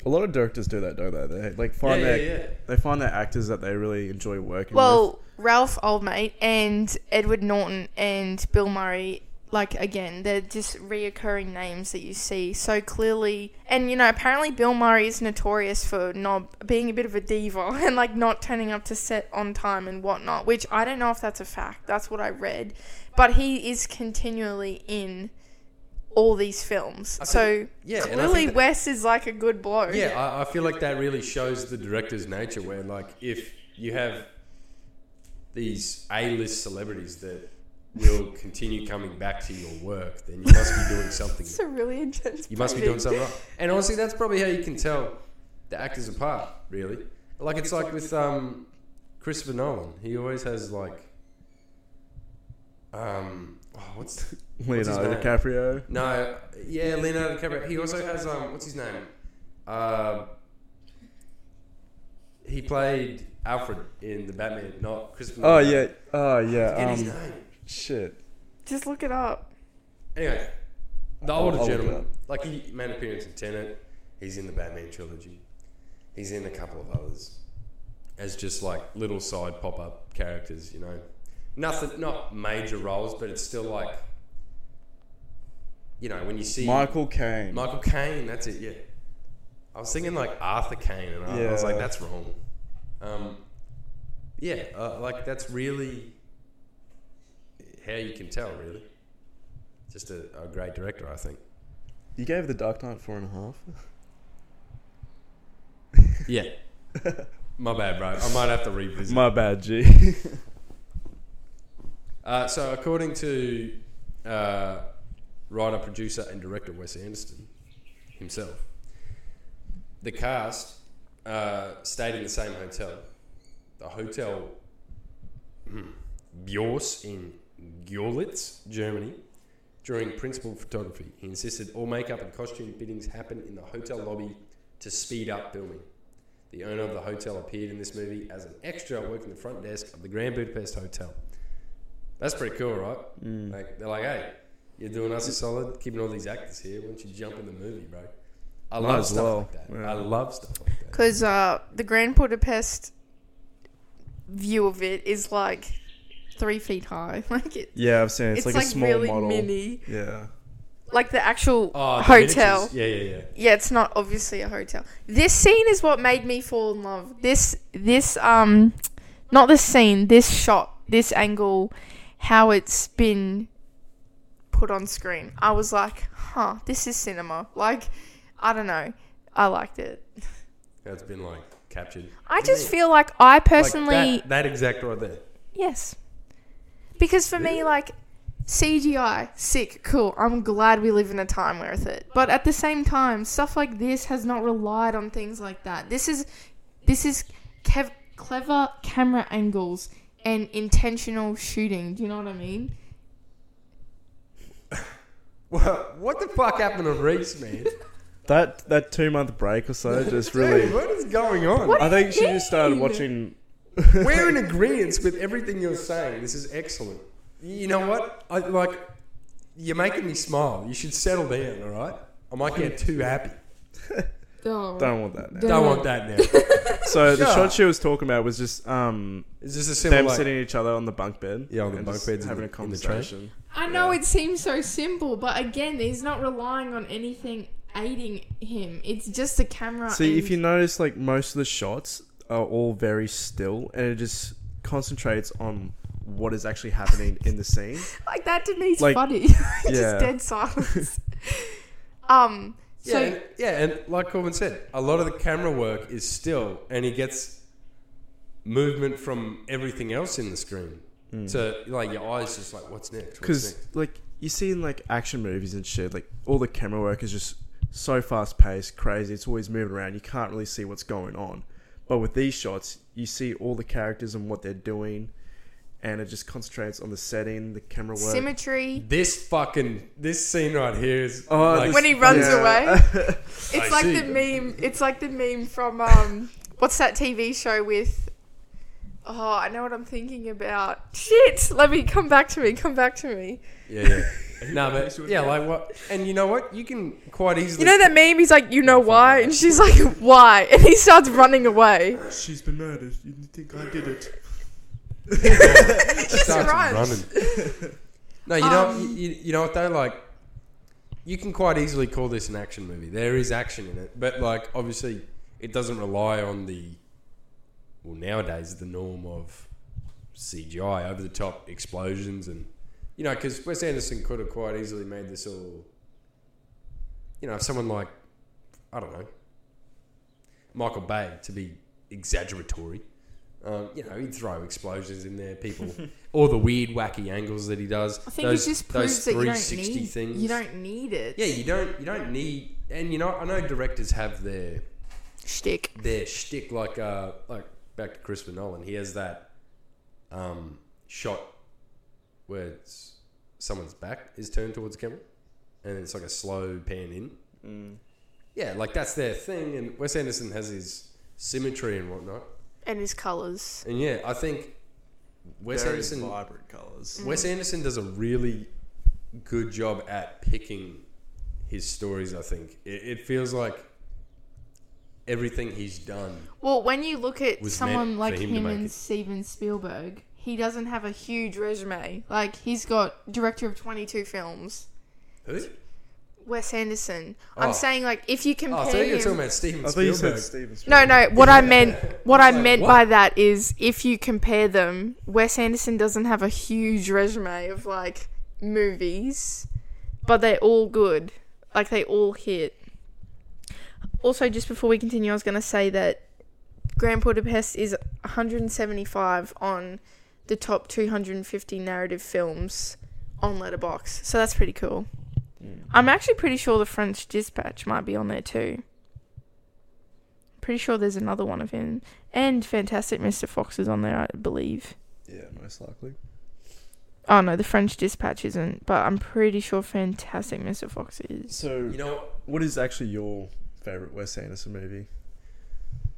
Speaker 3: A lot of directors do that, don't they? They like
Speaker 1: yeah,
Speaker 3: find
Speaker 1: yeah,
Speaker 3: their
Speaker 1: yeah.
Speaker 3: they find their actors that they really enjoy working
Speaker 2: Well, Ralph Oldmate and Edward Norton and Bill Murray. Like again, they're just reoccurring names that you see so clearly. And you know, apparently Bill Murray is notorious for not being a bit of a diva and like not turning up to set on time and whatnot. Which I don't know if that's a fact. That's what I read, but he is continually in all these films.
Speaker 1: I
Speaker 2: so
Speaker 1: Yeah, and I
Speaker 2: Lily
Speaker 1: think that-
Speaker 2: West is like a good bloke.
Speaker 1: yeah, I, I feel like that really shows the director's nature. Where like if you have these A-list celebrities that will continue coming back to your work, then you must be doing something.
Speaker 2: It's a really intense.
Speaker 1: You must be doing
Speaker 2: project.
Speaker 1: something right. And honestly, that's probably how you can tell the actors apart. Really, like it's like with um, Christopher Nolan. He always has like um, oh, what's the, what's his
Speaker 3: Leonardo
Speaker 1: name?
Speaker 3: DiCaprio.
Speaker 1: No, yeah, Leonardo DiCaprio. He also has um, what's his name? Uh, he played Alfred in the Batman, not Christopher.
Speaker 3: Oh
Speaker 1: Nolan.
Speaker 3: yeah, oh
Speaker 1: Forget
Speaker 3: yeah.
Speaker 1: his
Speaker 3: Um,
Speaker 1: name.
Speaker 3: shit.
Speaker 2: Just look it up.
Speaker 1: Anyway, the
Speaker 3: I'll-
Speaker 1: older
Speaker 3: I'll look it
Speaker 1: gentleman,
Speaker 3: up.
Speaker 1: like he made an appearance in Tenet. He's in the Batman trilogy. He's in a couple of others as just like little side pop up characters. You know, nothing, not major roles, but it's still like, you know, when you see
Speaker 3: Michael Caine.
Speaker 1: Michael Caine, that's it, yeah. I was thinking like Arthur Caine, and I, I was like,
Speaker 3: Yeah.
Speaker 1: that's wrong. Um, yeah, uh, like that's really how you can tell, really. Just a, a great director, I think.
Speaker 3: you gave The Dark Knight four and a half.
Speaker 1: Yeah. My bad, bro. I might have to revisit.
Speaker 3: My bad, G.
Speaker 1: Uh, so, according to uh, writer, producer, and director Wes Anderson himself, the cast uh, stayed in the same hotel. The hotel hmm, Bjors in Görlitz, Germany, during principal photography. He insisted all makeup and costume fittings happen in the hotel lobby to speed up filming. The owner of the hotel appeared in this movie as an extra working the front desk of the Grand Budapest Hotel. That's pretty cool, right?
Speaker 3: Mm.
Speaker 1: Like they're like, hey, you're doing us a solid, keeping all these actors here. Why don't you jump in the movie, bro? I
Speaker 3: Might
Speaker 1: love
Speaker 3: as
Speaker 1: stuff
Speaker 3: well,
Speaker 1: like that.
Speaker 3: yeah.
Speaker 1: I love stuff like that.
Speaker 2: Because uh, the Grand Budapest view of it is like three feet high. Like it,
Speaker 3: yeah, I've seen.
Speaker 2: it's,
Speaker 3: it. It's, like,
Speaker 2: like,
Speaker 3: a small
Speaker 2: really
Speaker 3: model.
Speaker 2: mini.
Speaker 3: Yeah.
Speaker 2: Like the actual
Speaker 1: Oh, the
Speaker 2: hotel.
Speaker 1: miniatures. Yeah, yeah, yeah.
Speaker 2: Yeah, it's not obviously a hotel. This scene is what made me fall in love. This this um not this scene, this shot, this angle, how it's been put on screen. I was like, "Huh, this is cinema." Like, I don't know. I liked it.
Speaker 1: That's been like captured.
Speaker 2: I just feel like I
Speaker 1: Like,
Speaker 2: personally
Speaker 1: that, that exact right there.
Speaker 2: Yes. Because for me, like, CGI, sick, cool. I'm glad we live in a time worth it. But at the same time, stuff like this has not relied on things like that. This is, this is kev- clever camera angles and intentional shooting. Do you know what I mean?
Speaker 1: Well, what the fuck happened to Reese, man?
Speaker 3: That that two month break or so just really.
Speaker 1: Dude, what is going on?
Speaker 2: What
Speaker 3: I
Speaker 2: do you
Speaker 3: think she just started
Speaker 2: mean?
Speaker 3: watching.
Speaker 1: We're in agreement with everything you're saying. This is excellent. You know what? I like. You're making me smile. You should settle down, all right? I might get too happy.
Speaker 2: Oh.
Speaker 3: Don't want that. Now.
Speaker 1: Don't want that now.
Speaker 3: So the
Speaker 1: Yeah.
Speaker 3: shot she was talking about was just um
Speaker 1: It's just a
Speaker 3: them
Speaker 1: simple. Like,
Speaker 3: sitting each other on the bunk bed.
Speaker 1: Yeah, on the
Speaker 3: and
Speaker 1: bunk
Speaker 3: just
Speaker 1: beds in
Speaker 3: having
Speaker 1: the-
Speaker 3: a
Speaker 1: in the train.
Speaker 3: conversation.
Speaker 2: I know
Speaker 3: Yeah.
Speaker 2: it seems so simple, but again, he's not relying on anything aiding him. It's just the camera.
Speaker 3: See, if
Speaker 2: and-
Speaker 3: you notice, like most of the shots are all very still, and it just concentrates on what is actually happening in the scene.
Speaker 2: Like that to me is
Speaker 3: Like,
Speaker 2: funny.
Speaker 3: yeah.
Speaker 2: Just dead silence. um.
Speaker 1: yeah,
Speaker 2: So
Speaker 1: and, yeah, and like Corbin said, a lot of the camera work is still, and he gets movement from everything else in the screen.
Speaker 3: Hmm.
Speaker 1: To like your eyes, just like what's next? What's
Speaker 3: Because
Speaker 1: next?
Speaker 3: like you see in like action movies and shit, like all the camera work is just so fast paced, crazy. It's always moving around. You can't really see what's going on. But with these shots, you see all the characters and what they're doing, and it just concentrates on the setting, the camera work.
Speaker 2: symmetry.
Speaker 1: this fucking this scene right here is
Speaker 3: Oh,
Speaker 1: like,
Speaker 3: this-
Speaker 2: When he runs
Speaker 3: away.
Speaker 2: It's
Speaker 1: I
Speaker 2: like
Speaker 1: see.
Speaker 2: the meme. It's like the meme from um. What's that TV show with? Oh, I know what I'm thinking about. Shit! Let me come back to me. Come back to me.
Speaker 1: yeah, yeah. no, but yeah, like what? And you know what? You can quite easily.
Speaker 2: You know that meme? He's like, you know why? And she's like, why? And he starts running away.
Speaker 3: She's been murdered. You think I did it?
Speaker 2: He just
Speaker 1: starts
Speaker 2: runs.
Speaker 1: running. no, you know,
Speaker 2: Um,
Speaker 1: you, you know what though? Like, you can quite easily call this an action movie. There is action in it, but like, obviously, it doesn't rely on the well nowadays the norm of CGI over the top explosions and you know because Wes Anderson could have quite easily made this all you know, if someone like, I don't know, Michael Bay, to be exaggeratory, um, you know, he'd throw explosions in there, people, all the weird, wacky angles that he does.
Speaker 2: I think it just proves that you don't need you don't need it.
Speaker 1: Yeah, you don't. You don't need. And you know, I know directors have their
Speaker 2: Shtick.
Speaker 1: their shtick, like uh, like back to Christopher Nolan. He has that um, shot where it's, someone's back is turned towards the camera, and it's like a slow pan in. Yeah, like that's their thing. And Wes Anderson has his symmetry and whatnot.
Speaker 2: And his colours.
Speaker 1: And yeah, I think Wes
Speaker 3: Very
Speaker 1: Anderson
Speaker 3: vibrant colors.
Speaker 1: Wes Anderson does a really good job at picking his stories. I think it, it feels like everything he's done.
Speaker 2: Well, when you look at
Speaker 1: Was
Speaker 2: someone
Speaker 1: meant
Speaker 2: like
Speaker 1: for him
Speaker 2: him,
Speaker 1: to make
Speaker 2: and
Speaker 1: it.
Speaker 2: Steven Spielberg, he doesn't have a huge resume. Like he's got director of twenty two films.
Speaker 1: Who?
Speaker 2: Wes Anderson.
Speaker 1: Oh.
Speaker 2: I'm saying like if you compare
Speaker 1: Oh, I thought you were
Speaker 2: him.
Speaker 1: talking about Steven
Speaker 3: I thought you
Speaker 1: Spielberg.
Speaker 3: said Steven
Speaker 2: No,
Speaker 3: Spielberg.
Speaker 2: no. What I meant, what I
Speaker 1: Like,
Speaker 2: meant
Speaker 1: what?
Speaker 2: by that is, if you compare them, Wes Anderson doesn't have a huge resume of like movies, but they're all good. Like they all hit. Also, just before we continue, I was going to say that Grand Budapest is 175 on the top 250 narrative films on Letterbox. So that's pretty cool. I'm actually pretty sure the French Dispatch might be on there too. Pretty sure there's another one of him. And Fantastic Mr. Fox is on there, I believe.
Speaker 3: Yeah, most likely.
Speaker 2: Oh no, the French Dispatch isn't, but I'm pretty sure Fantastic Mr. Fox is.
Speaker 3: So,
Speaker 1: You know, what?
Speaker 3: what is actually your favorite Wes Anderson movie?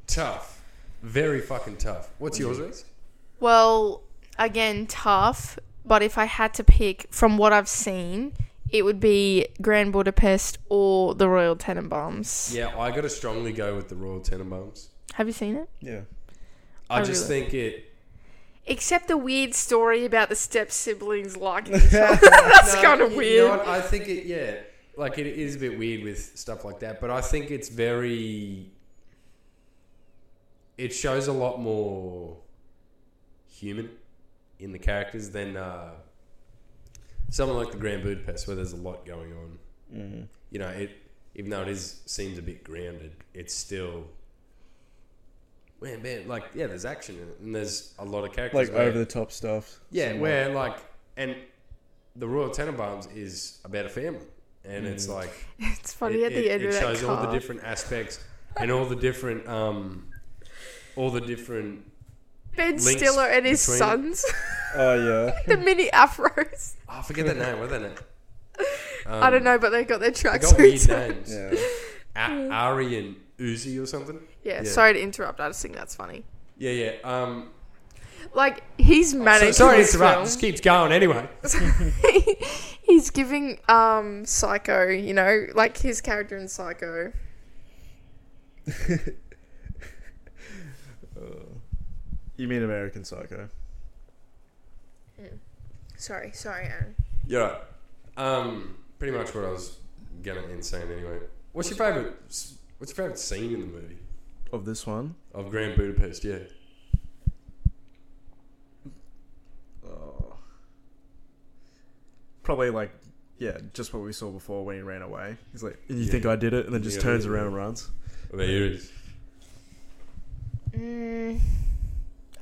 Speaker 1: tough, very fucking tough. What's yours, Reese?
Speaker 2: Well, again, tough, but if I had to pick from what I've seen, it would be Grand Budapest or the Royal Tenenbaums.
Speaker 1: Yeah, I gotta strongly go with the Royal Tenenbaums.
Speaker 2: Have you seen it?
Speaker 3: Yeah.
Speaker 1: I
Speaker 2: Oh,
Speaker 1: just
Speaker 2: really?
Speaker 1: think it.
Speaker 2: Except the weird story about the step siblings liking each other. That's
Speaker 1: No,
Speaker 2: kind of
Speaker 1: you-
Speaker 2: weird.
Speaker 1: You know what? I think it. Yeah, like it is a bit weird with stuff like that, but I think it's very. It shows a lot more human in the characters than uh, someone like the Grand Budapest, where there's a lot going on.
Speaker 3: Mm.
Speaker 1: you know, it even though it is seems a bit grounded, it's still man, man, like yeah, there's action in it, and there's a lot of characters.
Speaker 3: Like
Speaker 1: where-
Speaker 3: over the top stuff.
Speaker 1: yeah,
Speaker 3: Some,
Speaker 1: where like and the Royal Tenenbaums is about a family, and it's like
Speaker 2: It's funny
Speaker 1: it,
Speaker 2: at the
Speaker 1: it-
Speaker 2: end
Speaker 1: it
Speaker 2: of that
Speaker 1: shows all the
Speaker 2: card.
Speaker 1: different aspects and all the different um, all the different.
Speaker 2: Ben
Speaker 1: links
Speaker 2: Stiller and his
Speaker 1: between-
Speaker 2: sons,
Speaker 3: Oh yeah.
Speaker 2: the mini afros.
Speaker 1: Oh, I forget the name. What's that name? Um,
Speaker 2: I don't know, but they got their
Speaker 1: They got weird
Speaker 2: tracksuits. on.
Speaker 1: names.
Speaker 3: yeah.
Speaker 1: A- Aryan Uzi or something.
Speaker 2: Yeah,
Speaker 1: Yeah.
Speaker 2: sorry to interrupt. I just think that's funny.
Speaker 1: Yeah, yeah. Um,
Speaker 2: Like he's manic.
Speaker 1: so, sorry,
Speaker 2: in
Speaker 1: it's
Speaker 2: this
Speaker 1: about.
Speaker 2: film.
Speaker 1: This keeps going anyway.
Speaker 2: he's giving um Psycho. You know, like his character in Psycho.
Speaker 3: Uh, You mean American Psycho?
Speaker 2: Sorry, sorry, Aaron.
Speaker 1: Yeah. right. Um, pretty much what I was gonna end saying anyway. What's your favorite? What's your favorite scene in the movie
Speaker 3: Of this one?
Speaker 1: of Grand Budapest? Yeah.
Speaker 3: Oh. Probably like, yeah, just what we saw before when he ran away. He's like, and you
Speaker 1: Yeah.
Speaker 3: think I did it, and then just
Speaker 1: Yeah,
Speaker 3: turns
Speaker 1: yeah,
Speaker 3: around
Speaker 1: yeah.
Speaker 3: and runs.
Speaker 1: There it is.
Speaker 2: Mm,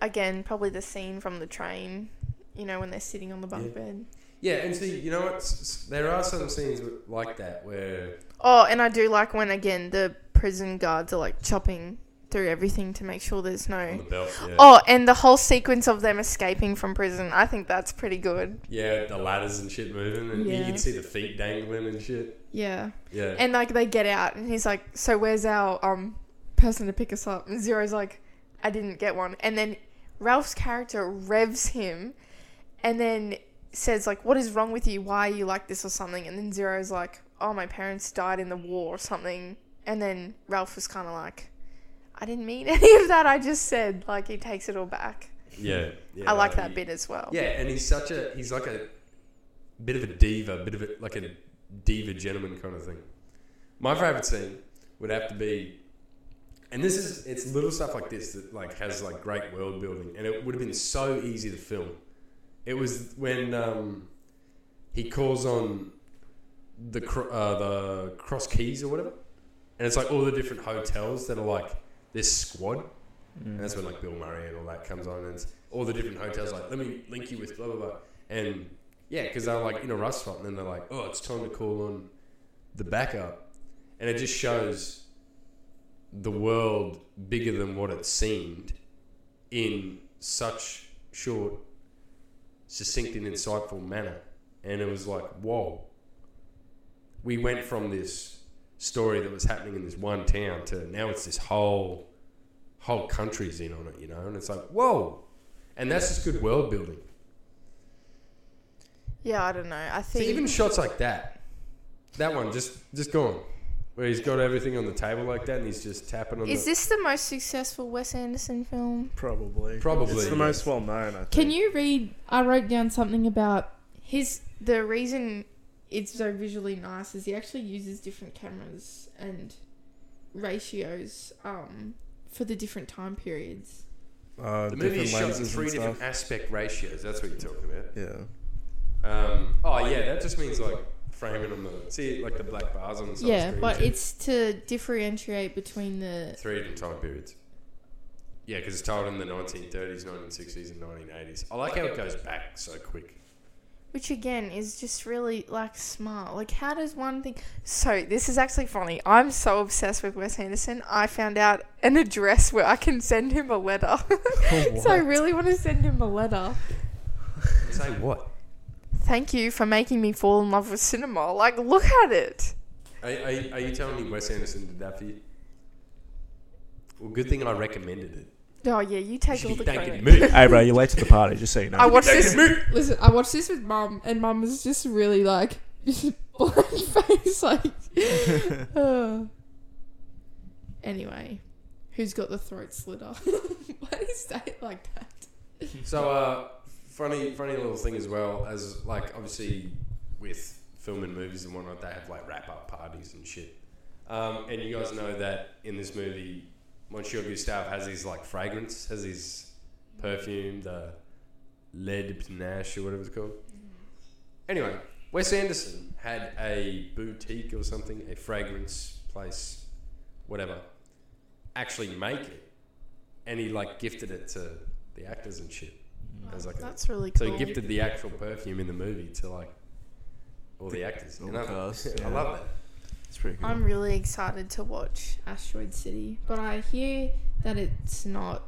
Speaker 2: again, probably the scene from the train. You know, when they're sitting on the bunk
Speaker 1: Yeah.
Speaker 2: bed.
Speaker 1: Yeah, and see, you know what? S- s- There are some scenes w- like that where
Speaker 2: Oh, and I do like when again the prison guards are like chopping through everything to make sure there's
Speaker 1: on
Speaker 2: no.
Speaker 1: the belt. Yeah.
Speaker 2: Oh, and the whole sequence of them escaping from prison, I think that's pretty good.
Speaker 1: Yeah, the ladders and shit moving, and you
Speaker 2: Yeah.
Speaker 1: can see the feet dangling and shit.
Speaker 2: Yeah.
Speaker 1: Yeah.
Speaker 2: And like they get out, and he's like, "So where's our um person to pick us up?" And Zero's like, "I didn't get one." And then Ralph's character revs him, and then says like, "What is wrong with you? Why are you like this or something?" And then Zero's like, "Oh, my parents died in the war or something." And then Ralph was kind of like, "I didn't mean any of that. I just said like he takes it all back."
Speaker 1: yeah. yeah.
Speaker 2: I like
Speaker 1: no,
Speaker 2: that
Speaker 1: he-
Speaker 2: bit as well.
Speaker 1: Yeah, and he's such a he's like a bit of a diva, bit of a like a diva gentleman kind of thing. My favorite scene would have to be, and this is it's little stuff like this that like has like great world building, and it would have been so easy to film. It was when um, he calls on the cr- uh, the Cross Keys or whatever, and it's like all the different hotels that are like this squad, and that's when like Bill Murray and all that comes on, and it's all the different hotels like let me link you with blah blah blah, and yeah, because they're like in a rust spot, and then they're like, oh, it's time to call on the backup, and it just shows the world bigger than what it seemed in such short, succinct, and insightful manner. And it was like, whoa. We went from this story that was happening in this one town to now it's this whole, whole country's in on it, you know? And it's like, whoa. And that's just good world building.
Speaker 2: Yeah, I don't know. I
Speaker 1: So
Speaker 2: think
Speaker 1: even shots like that, that one just just gone, where he's got everything on the table like that, and he's just tapping on
Speaker 2: is
Speaker 1: the.
Speaker 2: this the most successful Wes Anderson film?
Speaker 3: Probably.
Speaker 1: Probably,
Speaker 3: It's the
Speaker 1: yes.
Speaker 3: most well known, I think.
Speaker 5: Can you read? I wrote down something about his.
Speaker 2: The reason
Speaker 5: It's so visually nice. Is he actually uses different cameras and ratios um, for the different time periods?
Speaker 3: Uh,
Speaker 1: the movie is
Speaker 3: different
Speaker 1: shot in
Speaker 3: lenses
Speaker 1: three
Speaker 3: and stuff.
Speaker 1: different aspect ratios. That's what you're talking about.
Speaker 3: Yeah.
Speaker 1: Um, oh yeah, that just means like framing on the see like the black bars on the side
Speaker 5: yeah,
Speaker 1: screen
Speaker 5: but
Speaker 1: too.
Speaker 5: it's to differentiate between the.
Speaker 1: three different time periods. Yeah, because it's told in the 1930s, 1960s, and 1980s. I like how it goes back so quick.
Speaker 2: Which again is just really like smart. Like, how does one thing? So this is actually funny. I'm so obsessed with Wes Anderson. I found out an address where I can send him a letter. so I really want to send him a letter.
Speaker 1: Say what?
Speaker 2: Thank you for making me fall in love with cinema. Like, look at it.
Speaker 1: Are, are, are you telling me Wes Anderson did that for you? Well, good thing I recommended it.
Speaker 2: Oh yeah, you
Speaker 1: You
Speaker 2: take
Speaker 1: should
Speaker 2: all
Speaker 1: be
Speaker 2: the
Speaker 1: thanking
Speaker 2: credit.
Speaker 1: me.
Speaker 3: Hey, bro, you're late to the party, just so you know.
Speaker 2: I watched this.
Speaker 5: Listen, I watched this with mum, and mum was just really like blank face, like. uh. Anyway, who's got the throat slitter? Why do you say it like that?
Speaker 1: So, uh, funny, funny little thing as well as like obviously with film and movies and whatnot, they have like wrap up parties and shit. Um, and you guys know that in this movie, Monsieur Gustave has his like fragrance, has his perfume, the lead panache or whatever it's called. Anyway, Wes Anderson had a boutique or something, a fragrance place, whatever. Actually, make it, and he like gifted it to the actors and shit.
Speaker 5: Oh,
Speaker 1: As like a-
Speaker 2: That's really
Speaker 1: so
Speaker 2: cool.
Speaker 1: he gifted the actual perfume in the movie to like all the actors.
Speaker 3: All
Speaker 1: And I,
Speaker 3: cast,
Speaker 1: I
Speaker 3: yeah.
Speaker 1: love that.
Speaker 3: It's pretty good.
Speaker 2: I'm really excited to watch.
Speaker 5: Asteroid City, but I hear that it's not.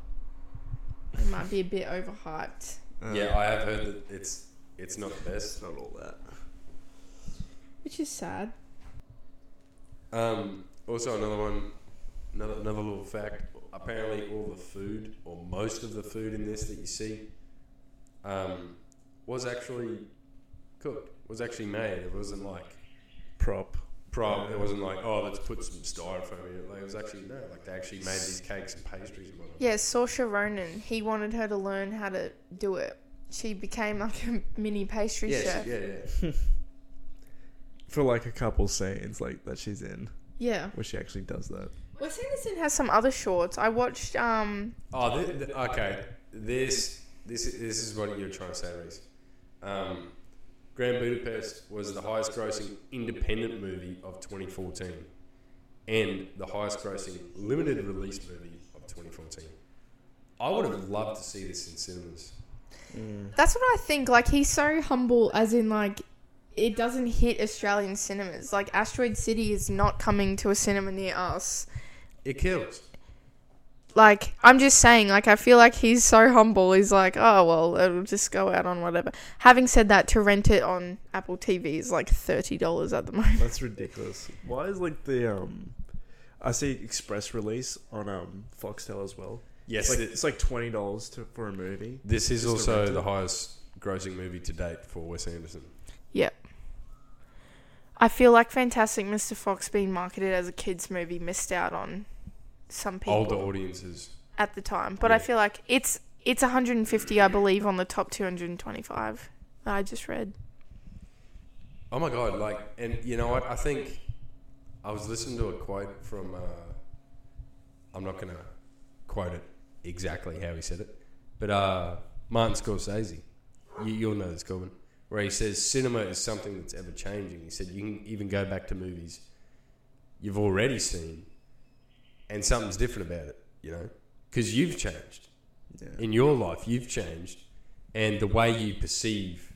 Speaker 5: It might be a bit overhyped.
Speaker 3: Uh,
Speaker 1: yeah, I have heard that it's it's not the best.
Speaker 3: It's not all that.
Speaker 5: Which is sad.
Speaker 1: Um, also, another one, another, another little fact. Apparently, all the food, or most of the food in this that you see, um, was actually cooked, was actually made. It wasn't like
Speaker 3: Prop.
Speaker 1: prop. It wasn't like oh, let's put some styrofoam in it. Like, it was actually no, like they actually made these cakes and pastries and whatnot.
Speaker 2: Yeah, Saoirse Ronan. He wanted her to learn how to do it. She became like a mini pastry
Speaker 1: yeah,
Speaker 2: chef.
Speaker 1: she- yeah, yeah.
Speaker 3: For like a couple scenes like that she's in,
Speaker 5: Yeah.
Speaker 3: where she actually does that.
Speaker 2: Wes Anderson has some other shorts. I watched. Um,
Speaker 1: Oh, th- th- okay. This this this is what you're trying to say, Reese. Um, Grand Budapest was the highest-grossing independent movie of 2014, and the highest-grossing limited release movie of 2014. I would have loved to see this in cinemas. Mm.
Speaker 2: that's what I think. Like he's so
Speaker 5: Very humble, as in like,
Speaker 2: it doesn't hit Australian cinemas. Like Asteroid City is not coming to a cinema near us.
Speaker 1: It kills.
Speaker 2: Like I'm just saying. Like I feel like he's so humble. He's like, oh well, it'll just go out on whatever. Having said that, to rent it on Apple TV is like thirty dollars at the moment.
Speaker 3: That's ridiculous. Why is like the um, I see express release on um Foxtel as well.
Speaker 1: Yes,
Speaker 3: It's like
Speaker 1: thi-
Speaker 3: it's like twenty dollars to for a movie.
Speaker 1: this is
Speaker 3: Just a
Speaker 1: also
Speaker 3: rental.
Speaker 1: the highest-grossing movie to date for Wes Anderson.
Speaker 2: I feel like Fantastic Mr. Fox being marketed as a kids movie missed out on some people
Speaker 1: Older audiences.
Speaker 2: at the time. But I
Speaker 1: Yeah.
Speaker 2: feel like it's it's 150, I believe, on the top 225 that I just read.
Speaker 1: Oh my god! Like, and you know what? I think I was listening to a quote from. Uh, I'm not gonna quote it exactly how he said it, but uh, Martin Scorsese. You, you'll know this, Corbin. where he says cinema is something that's ever changing. He said you can even go back to movies you've already seen, and something's different about it, you know, because you've changed
Speaker 3: Yeah.
Speaker 1: in your life. You've changed, and the way you perceive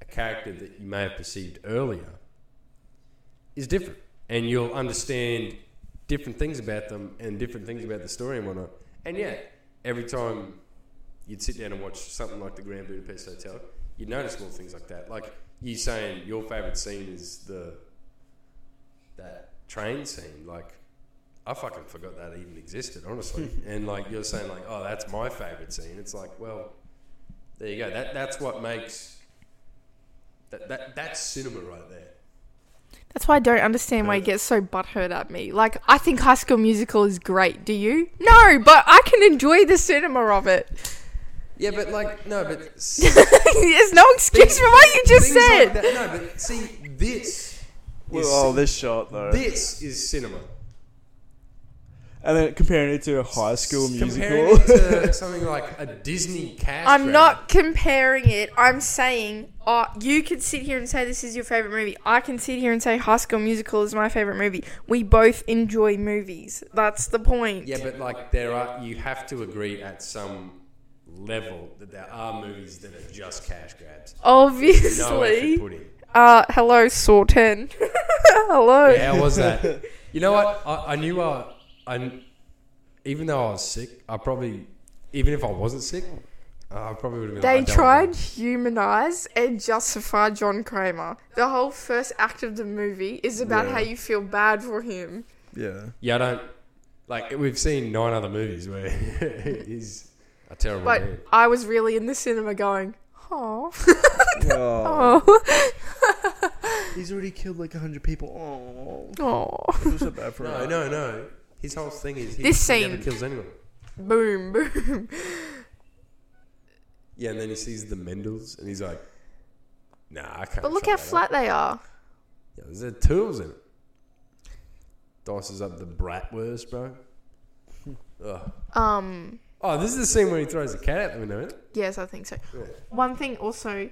Speaker 1: a character that you may have perceived earlier is different, and you'll understand different things about them and different things about the story and whatnot. And yeah, every time you'd sit down and watch something like the Grand Budapest Hotel, you'd notice little things like that. Like you saying your favourite scene is the that train scene. Like I fucking forgot that even existed, honestly. and like you're saying like, oh, that's my favourite scene. It's like, well, there you go. That that's what makes that, that that's cinema right there.
Speaker 2: That's why I don't understand why he gets so butthurt at me. Like, I think High School Musical is great. Do you? No, but I can enjoy the cinema of it.
Speaker 1: Yeah, but like no, but s-
Speaker 2: There's no excuse for what you just
Speaker 1: things like
Speaker 2: said.
Speaker 1: that- no, but see this.
Speaker 3: Well,
Speaker 1: Is,
Speaker 3: oh, this shot though,
Speaker 1: this is cinema.
Speaker 3: and then comparing it to a high school
Speaker 1: Comparing
Speaker 3: musical.
Speaker 1: it to something like a Disney cast.
Speaker 2: I'm
Speaker 1: grab.
Speaker 2: not comparing it. I'm saying uh, you could sit here and say this is your favorite movie. I can sit here and say High School Musical is my favorite movie. We both enjoy movies. That's the point.
Speaker 1: Yeah, but like there are, you have to agree at some level that there are movies that are just cash grabs. No
Speaker 2: Obviously.
Speaker 1: effort put in.
Speaker 2: uh, hello, Saw 10. hello.
Speaker 1: Yeah, how was that? You know what? I, I knew I, I, kn- even though I was sick, I probably, even if I wasn't sick, I probably would have been.
Speaker 2: They
Speaker 1: like, I don't
Speaker 2: tried
Speaker 1: know.
Speaker 2: humanize and justify John Kramer. The whole first act of the movie is about
Speaker 3: Yeah.
Speaker 2: how you feel bad for him.
Speaker 3: yeah.
Speaker 1: Yeah, I don't. Like we've seen nine other movies where he's a terrible
Speaker 2: But
Speaker 1: man.
Speaker 2: I was really in the cinema going, oh,
Speaker 3: Oh,
Speaker 2: oh,
Speaker 3: he's already killed like hundred people.
Speaker 2: oh,
Speaker 3: Oh, I feel so bad for
Speaker 1: No,
Speaker 3: him.
Speaker 1: no, no. His whole thing is he,
Speaker 2: This
Speaker 1: he never
Speaker 2: scene.
Speaker 1: kills anyone.
Speaker 2: boom, boom.
Speaker 1: Yeah, and then he sees the Mendels and he's like, Nah, I can't.
Speaker 2: But look
Speaker 1: fuck
Speaker 2: how
Speaker 1: that up."
Speaker 2: flat they are.
Speaker 1: Yeah, there's the tools in it. Dices up the bratwurst, bro. Ugh.
Speaker 2: Um,
Speaker 1: Oh, this is the scene where he throws the cat at them in a minute.
Speaker 2: yes, I think so.
Speaker 1: Yeah.
Speaker 2: One thing also,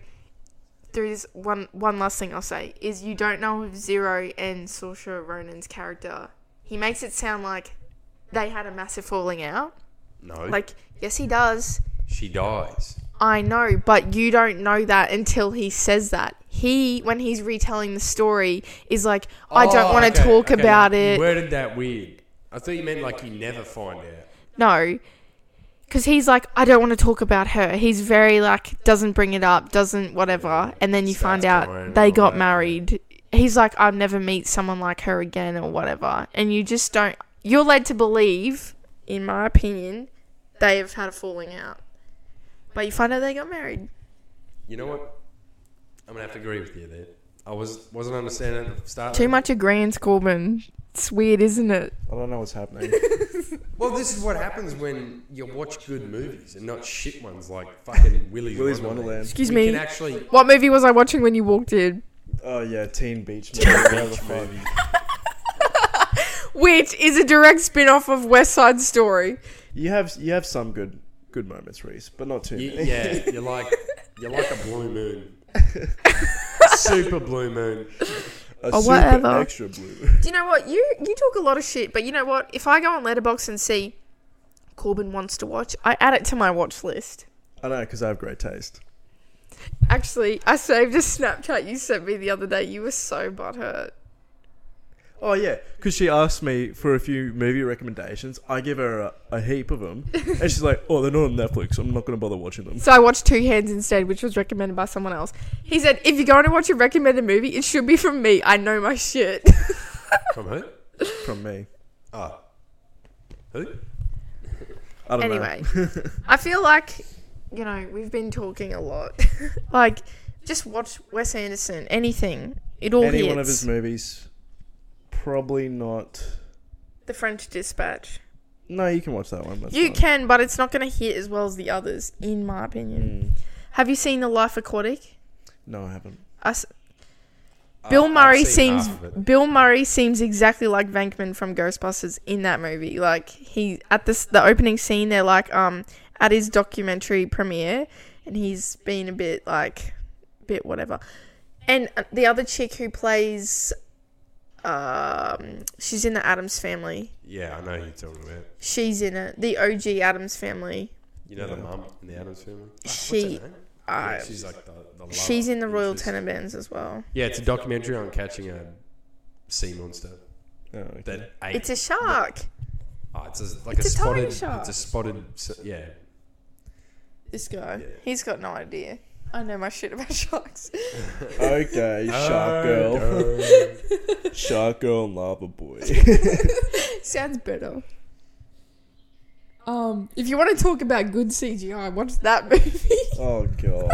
Speaker 2: there is one one last thing I'll say is you don't know if Zero and Saoirse Ronan's character. He makes it sound like they had a massive falling out.
Speaker 1: No,
Speaker 2: Like, yes, he does.
Speaker 1: she dies.
Speaker 2: I know, but you don't know that until he says that. He, when he's retelling the story, is like, I don't
Speaker 1: Oh,
Speaker 2: want to
Speaker 1: okay,
Speaker 2: talk
Speaker 1: okay.
Speaker 2: about
Speaker 1: You
Speaker 2: it.
Speaker 1: Worded that weird. I thought you meant like you never find out.
Speaker 2: No. Because he's like, I don't want to talk about her. He's very like, doesn't bring it up, doesn't whatever. And then you
Speaker 1: Starts
Speaker 2: find out
Speaker 1: crying
Speaker 2: they
Speaker 1: and all
Speaker 2: got
Speaker 1: that.
Speaker 2: married. He's like, I'll never meet someone like her again or whatever. And you just don't, you're led to believe, in my opinion, they have had a falling out. But you find out they got married.
Speaker 1: You know what? I'm gonna have to agree with you there. I was wasn't understanding at the start.
Speaker 2: Too much agreeance, Corbin. It's weird, isn't it?
Speaker 3: I don't know what's happening.
Speaker 1: Well, this is what happens when you watch good movies and not shit ones like fucking Willy's,
Speaker 3: Willy's
Speaker 1: Wonderland.
Speaker 3: Wonderland.
Speaker 2: Excuse
Speaker 1: We
Speaker 2: me.
Speaker 1: can actually
Speaker 2: What movie was I watching when you walked in?
Speaker 3: Oh yeah, Teen Beach. Movie, whatever the fuck.
Speaker 1: movie.
Speaker 2: Which is a direct spin off of West Side Story.
Speaker 3: You have you have some good good moments, Reese, but not too
Speaker 1: You,
Speaker 3: many.
Speaker 1: yeah, you're like you're like a blue moon, super blue moon.
Speaker 3: A
Speaker 2: Or
Speaker 3: super
Speaker 2: whatever.
Speaker 3: Extra blue.
Speaker 2: Do you know what? You you talk a lot of shit, but you know what? If I go on Letterbox and see Corbin wants to watch, I add it to my watch list.
Speaker 3: I know because I have great taste.
Speaker 2: Actually, I saved a Snapchat you sent me the other day. You were so butthurt.
Speaker 3: Oh yeah, because she asked me for a few movie recommendations. I give her a, a heap of them, and she's like, "Oh, they're not on Netflix. I'm not going to bother watching them."
Speaker 2: So I watched Two Hands instead, which was recommended by someone else. He said, if you're going to watch a recommended movie, it should be from me. I know my shit.
Speaker 1: From who?
Speaker 3: From me,
Speaker 1: Oh, who?
Speaker 3: I don't
Speaker 2: Anyway,
Speaker 3: know.
Speaker 2: I feel like, you know, we've been talking a lot. like, just watch Wes Anderson, anything. It all
Speaker 3: Any
Speaker 2: hits.
Speaker 3: one of his movies, probably not.
Speaker 2: the French Dispatch.
Speaker 3: No, you can watch that one. That's
Speaker 2: You
Speaker 3: fine.
Speaker 2: can, but it's not going to hit as well as the others, in my opinion.
Speaker 3: Mm,
Speaker 2: Have you seen The Life Aquatic?
Speaker 3: no, I haven't.
Speaker 2: Us-
Speaker 1: I-
Speaker 2: Bill
Speaker 1: Uh, Ah, I've seen
Speaker 2: Murray seems
Speaker 1: half of it.
Speaker 2: Bill Murray seems exactly like Venkman from Ghostbusters in that movie. Like he at this the opening scene, they're like um at his documentary premiere, and he's been a bit like bit whatever. And uh, the other chick who plays, um, she's in the Adams family.
Speaker 1: Yeah, I know who you're talking about.
Speaker 2: She's in it. The OG Adams family.
Speaker 1: You know the
Speaker 3: Yeah.
Speaker 1: mum in the Adams family.
Speaker 2: She,
Speaker 1: Yeah,
Speaker 2: uh,
Speaker 1: she's like the, the love
Speaker 2: she's in the Royal
Speaker 1: interest.
Speaker 2: Tenenbaums as well.
Speaker 1: Yeah, it's a documentary on catching a sea monster
Speaker 3: Oh, okay.
Speaker 1: that ate.
Speaker 2: It's a shark.
Speaker 1: oh, it's a, like
Speaker 2: it's
Speaker 1: a
Speaker 2: a tiny
Speaker 1: spotted.
Speaker 5: shark.
Speaker 1: It's a spotted. s- Yeah,
Speaker 5: This guy.
Speaker 1: yeah.
Speaker 2: He's got no idea. I know my shit about sharks.
Speaker 3: okay,
Speaker 1: Oh,
Speaker 3: shark girl,
Speaker 1: girl.
Speaker 3: shark girl, and lava boy.
Speaker 2: Sounds better.
Speaker 5: Um, if you want to talk about good CGI, watch that movie.
Speaker 3: Oh god.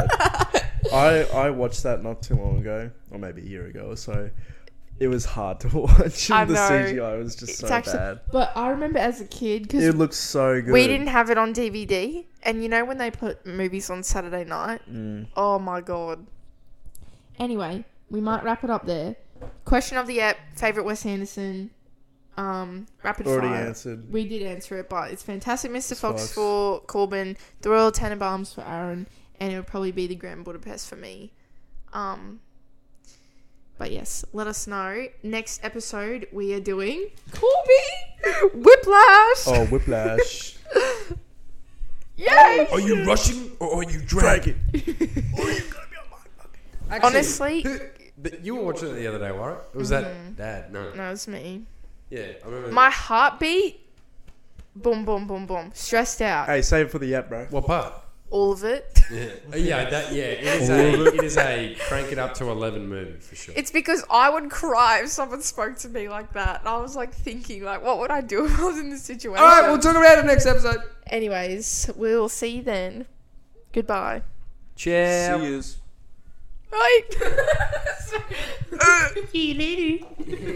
Speaker 3: I I watched that not too long ago, or maybe a year ago or so. It was hard to watch.
Speaker 2: I
Speaker 3: the
Speaker 2: know.
Speaker 3: CGI was just
Speaker 2: It's
Speaker 3: so
Speaker 2: actually-
Speaker 3: bad.
Speaker 5: But I remember as a kid
Speaker 3: It
Speaker 5: because
Speaker 3: looks so good.
Speaker 2: We didn't have it on DVD, and you know when they put movies on Saturday night?
Speaker 3: Mm.
Speaker 2: Oh my god.
Speaker 5: anyway, we might wrap it up there.
Speaker 2: Question of the app.
Speaker 5: Favorite Wes Anderson. Um, rapid
Speaker 3: Already
Speaker 5: fire.
Speaker 3: answered.
Speaker 5: We did answer it, but it's fantastic. Mr. Fox,
Speaker 3: Fox.
Speaker 5: for Corbin, the Royal Tenenbaums for Aaron, and it would probably be the Grand Budapest for me. Um, but yes, let us know. Next episode, we are doing Corby Whiplash.
Speaker 3: Oh, Whiplash.
Speaker 5: Yay!
Speaker 1: Are you Russian or are you dragon? Actually,
Speaker 2: Honestly-
Speaker 1: who- but you were watching it the other day, right? It was that dad? No.
Speaker 2: No, it's me.
Speaker 1: Yeah, I remember.
Speaker 2: My heartbeat. Boom, boom, boom, boom. Stressed out.
Speaker 3: hey, save it for the yap, bro.
Speaker 1: what part?
Speaker 2: All of it.
Speaker 1: Yeah, yeah, that, yeah. It is a it is a crank it up to eleven movie for sure.
Speaker 2: It's because I would cry if someone spoke to me like that. And I was like thinking, like, what would I do if I was in this situation?
Speaker 1: All right, we'll talk about it next episode.
Speaker 2: Anyways, we'll see you then. Goodbye.
Speaker 1: Ciao.
Speaker 2: Right. See you later.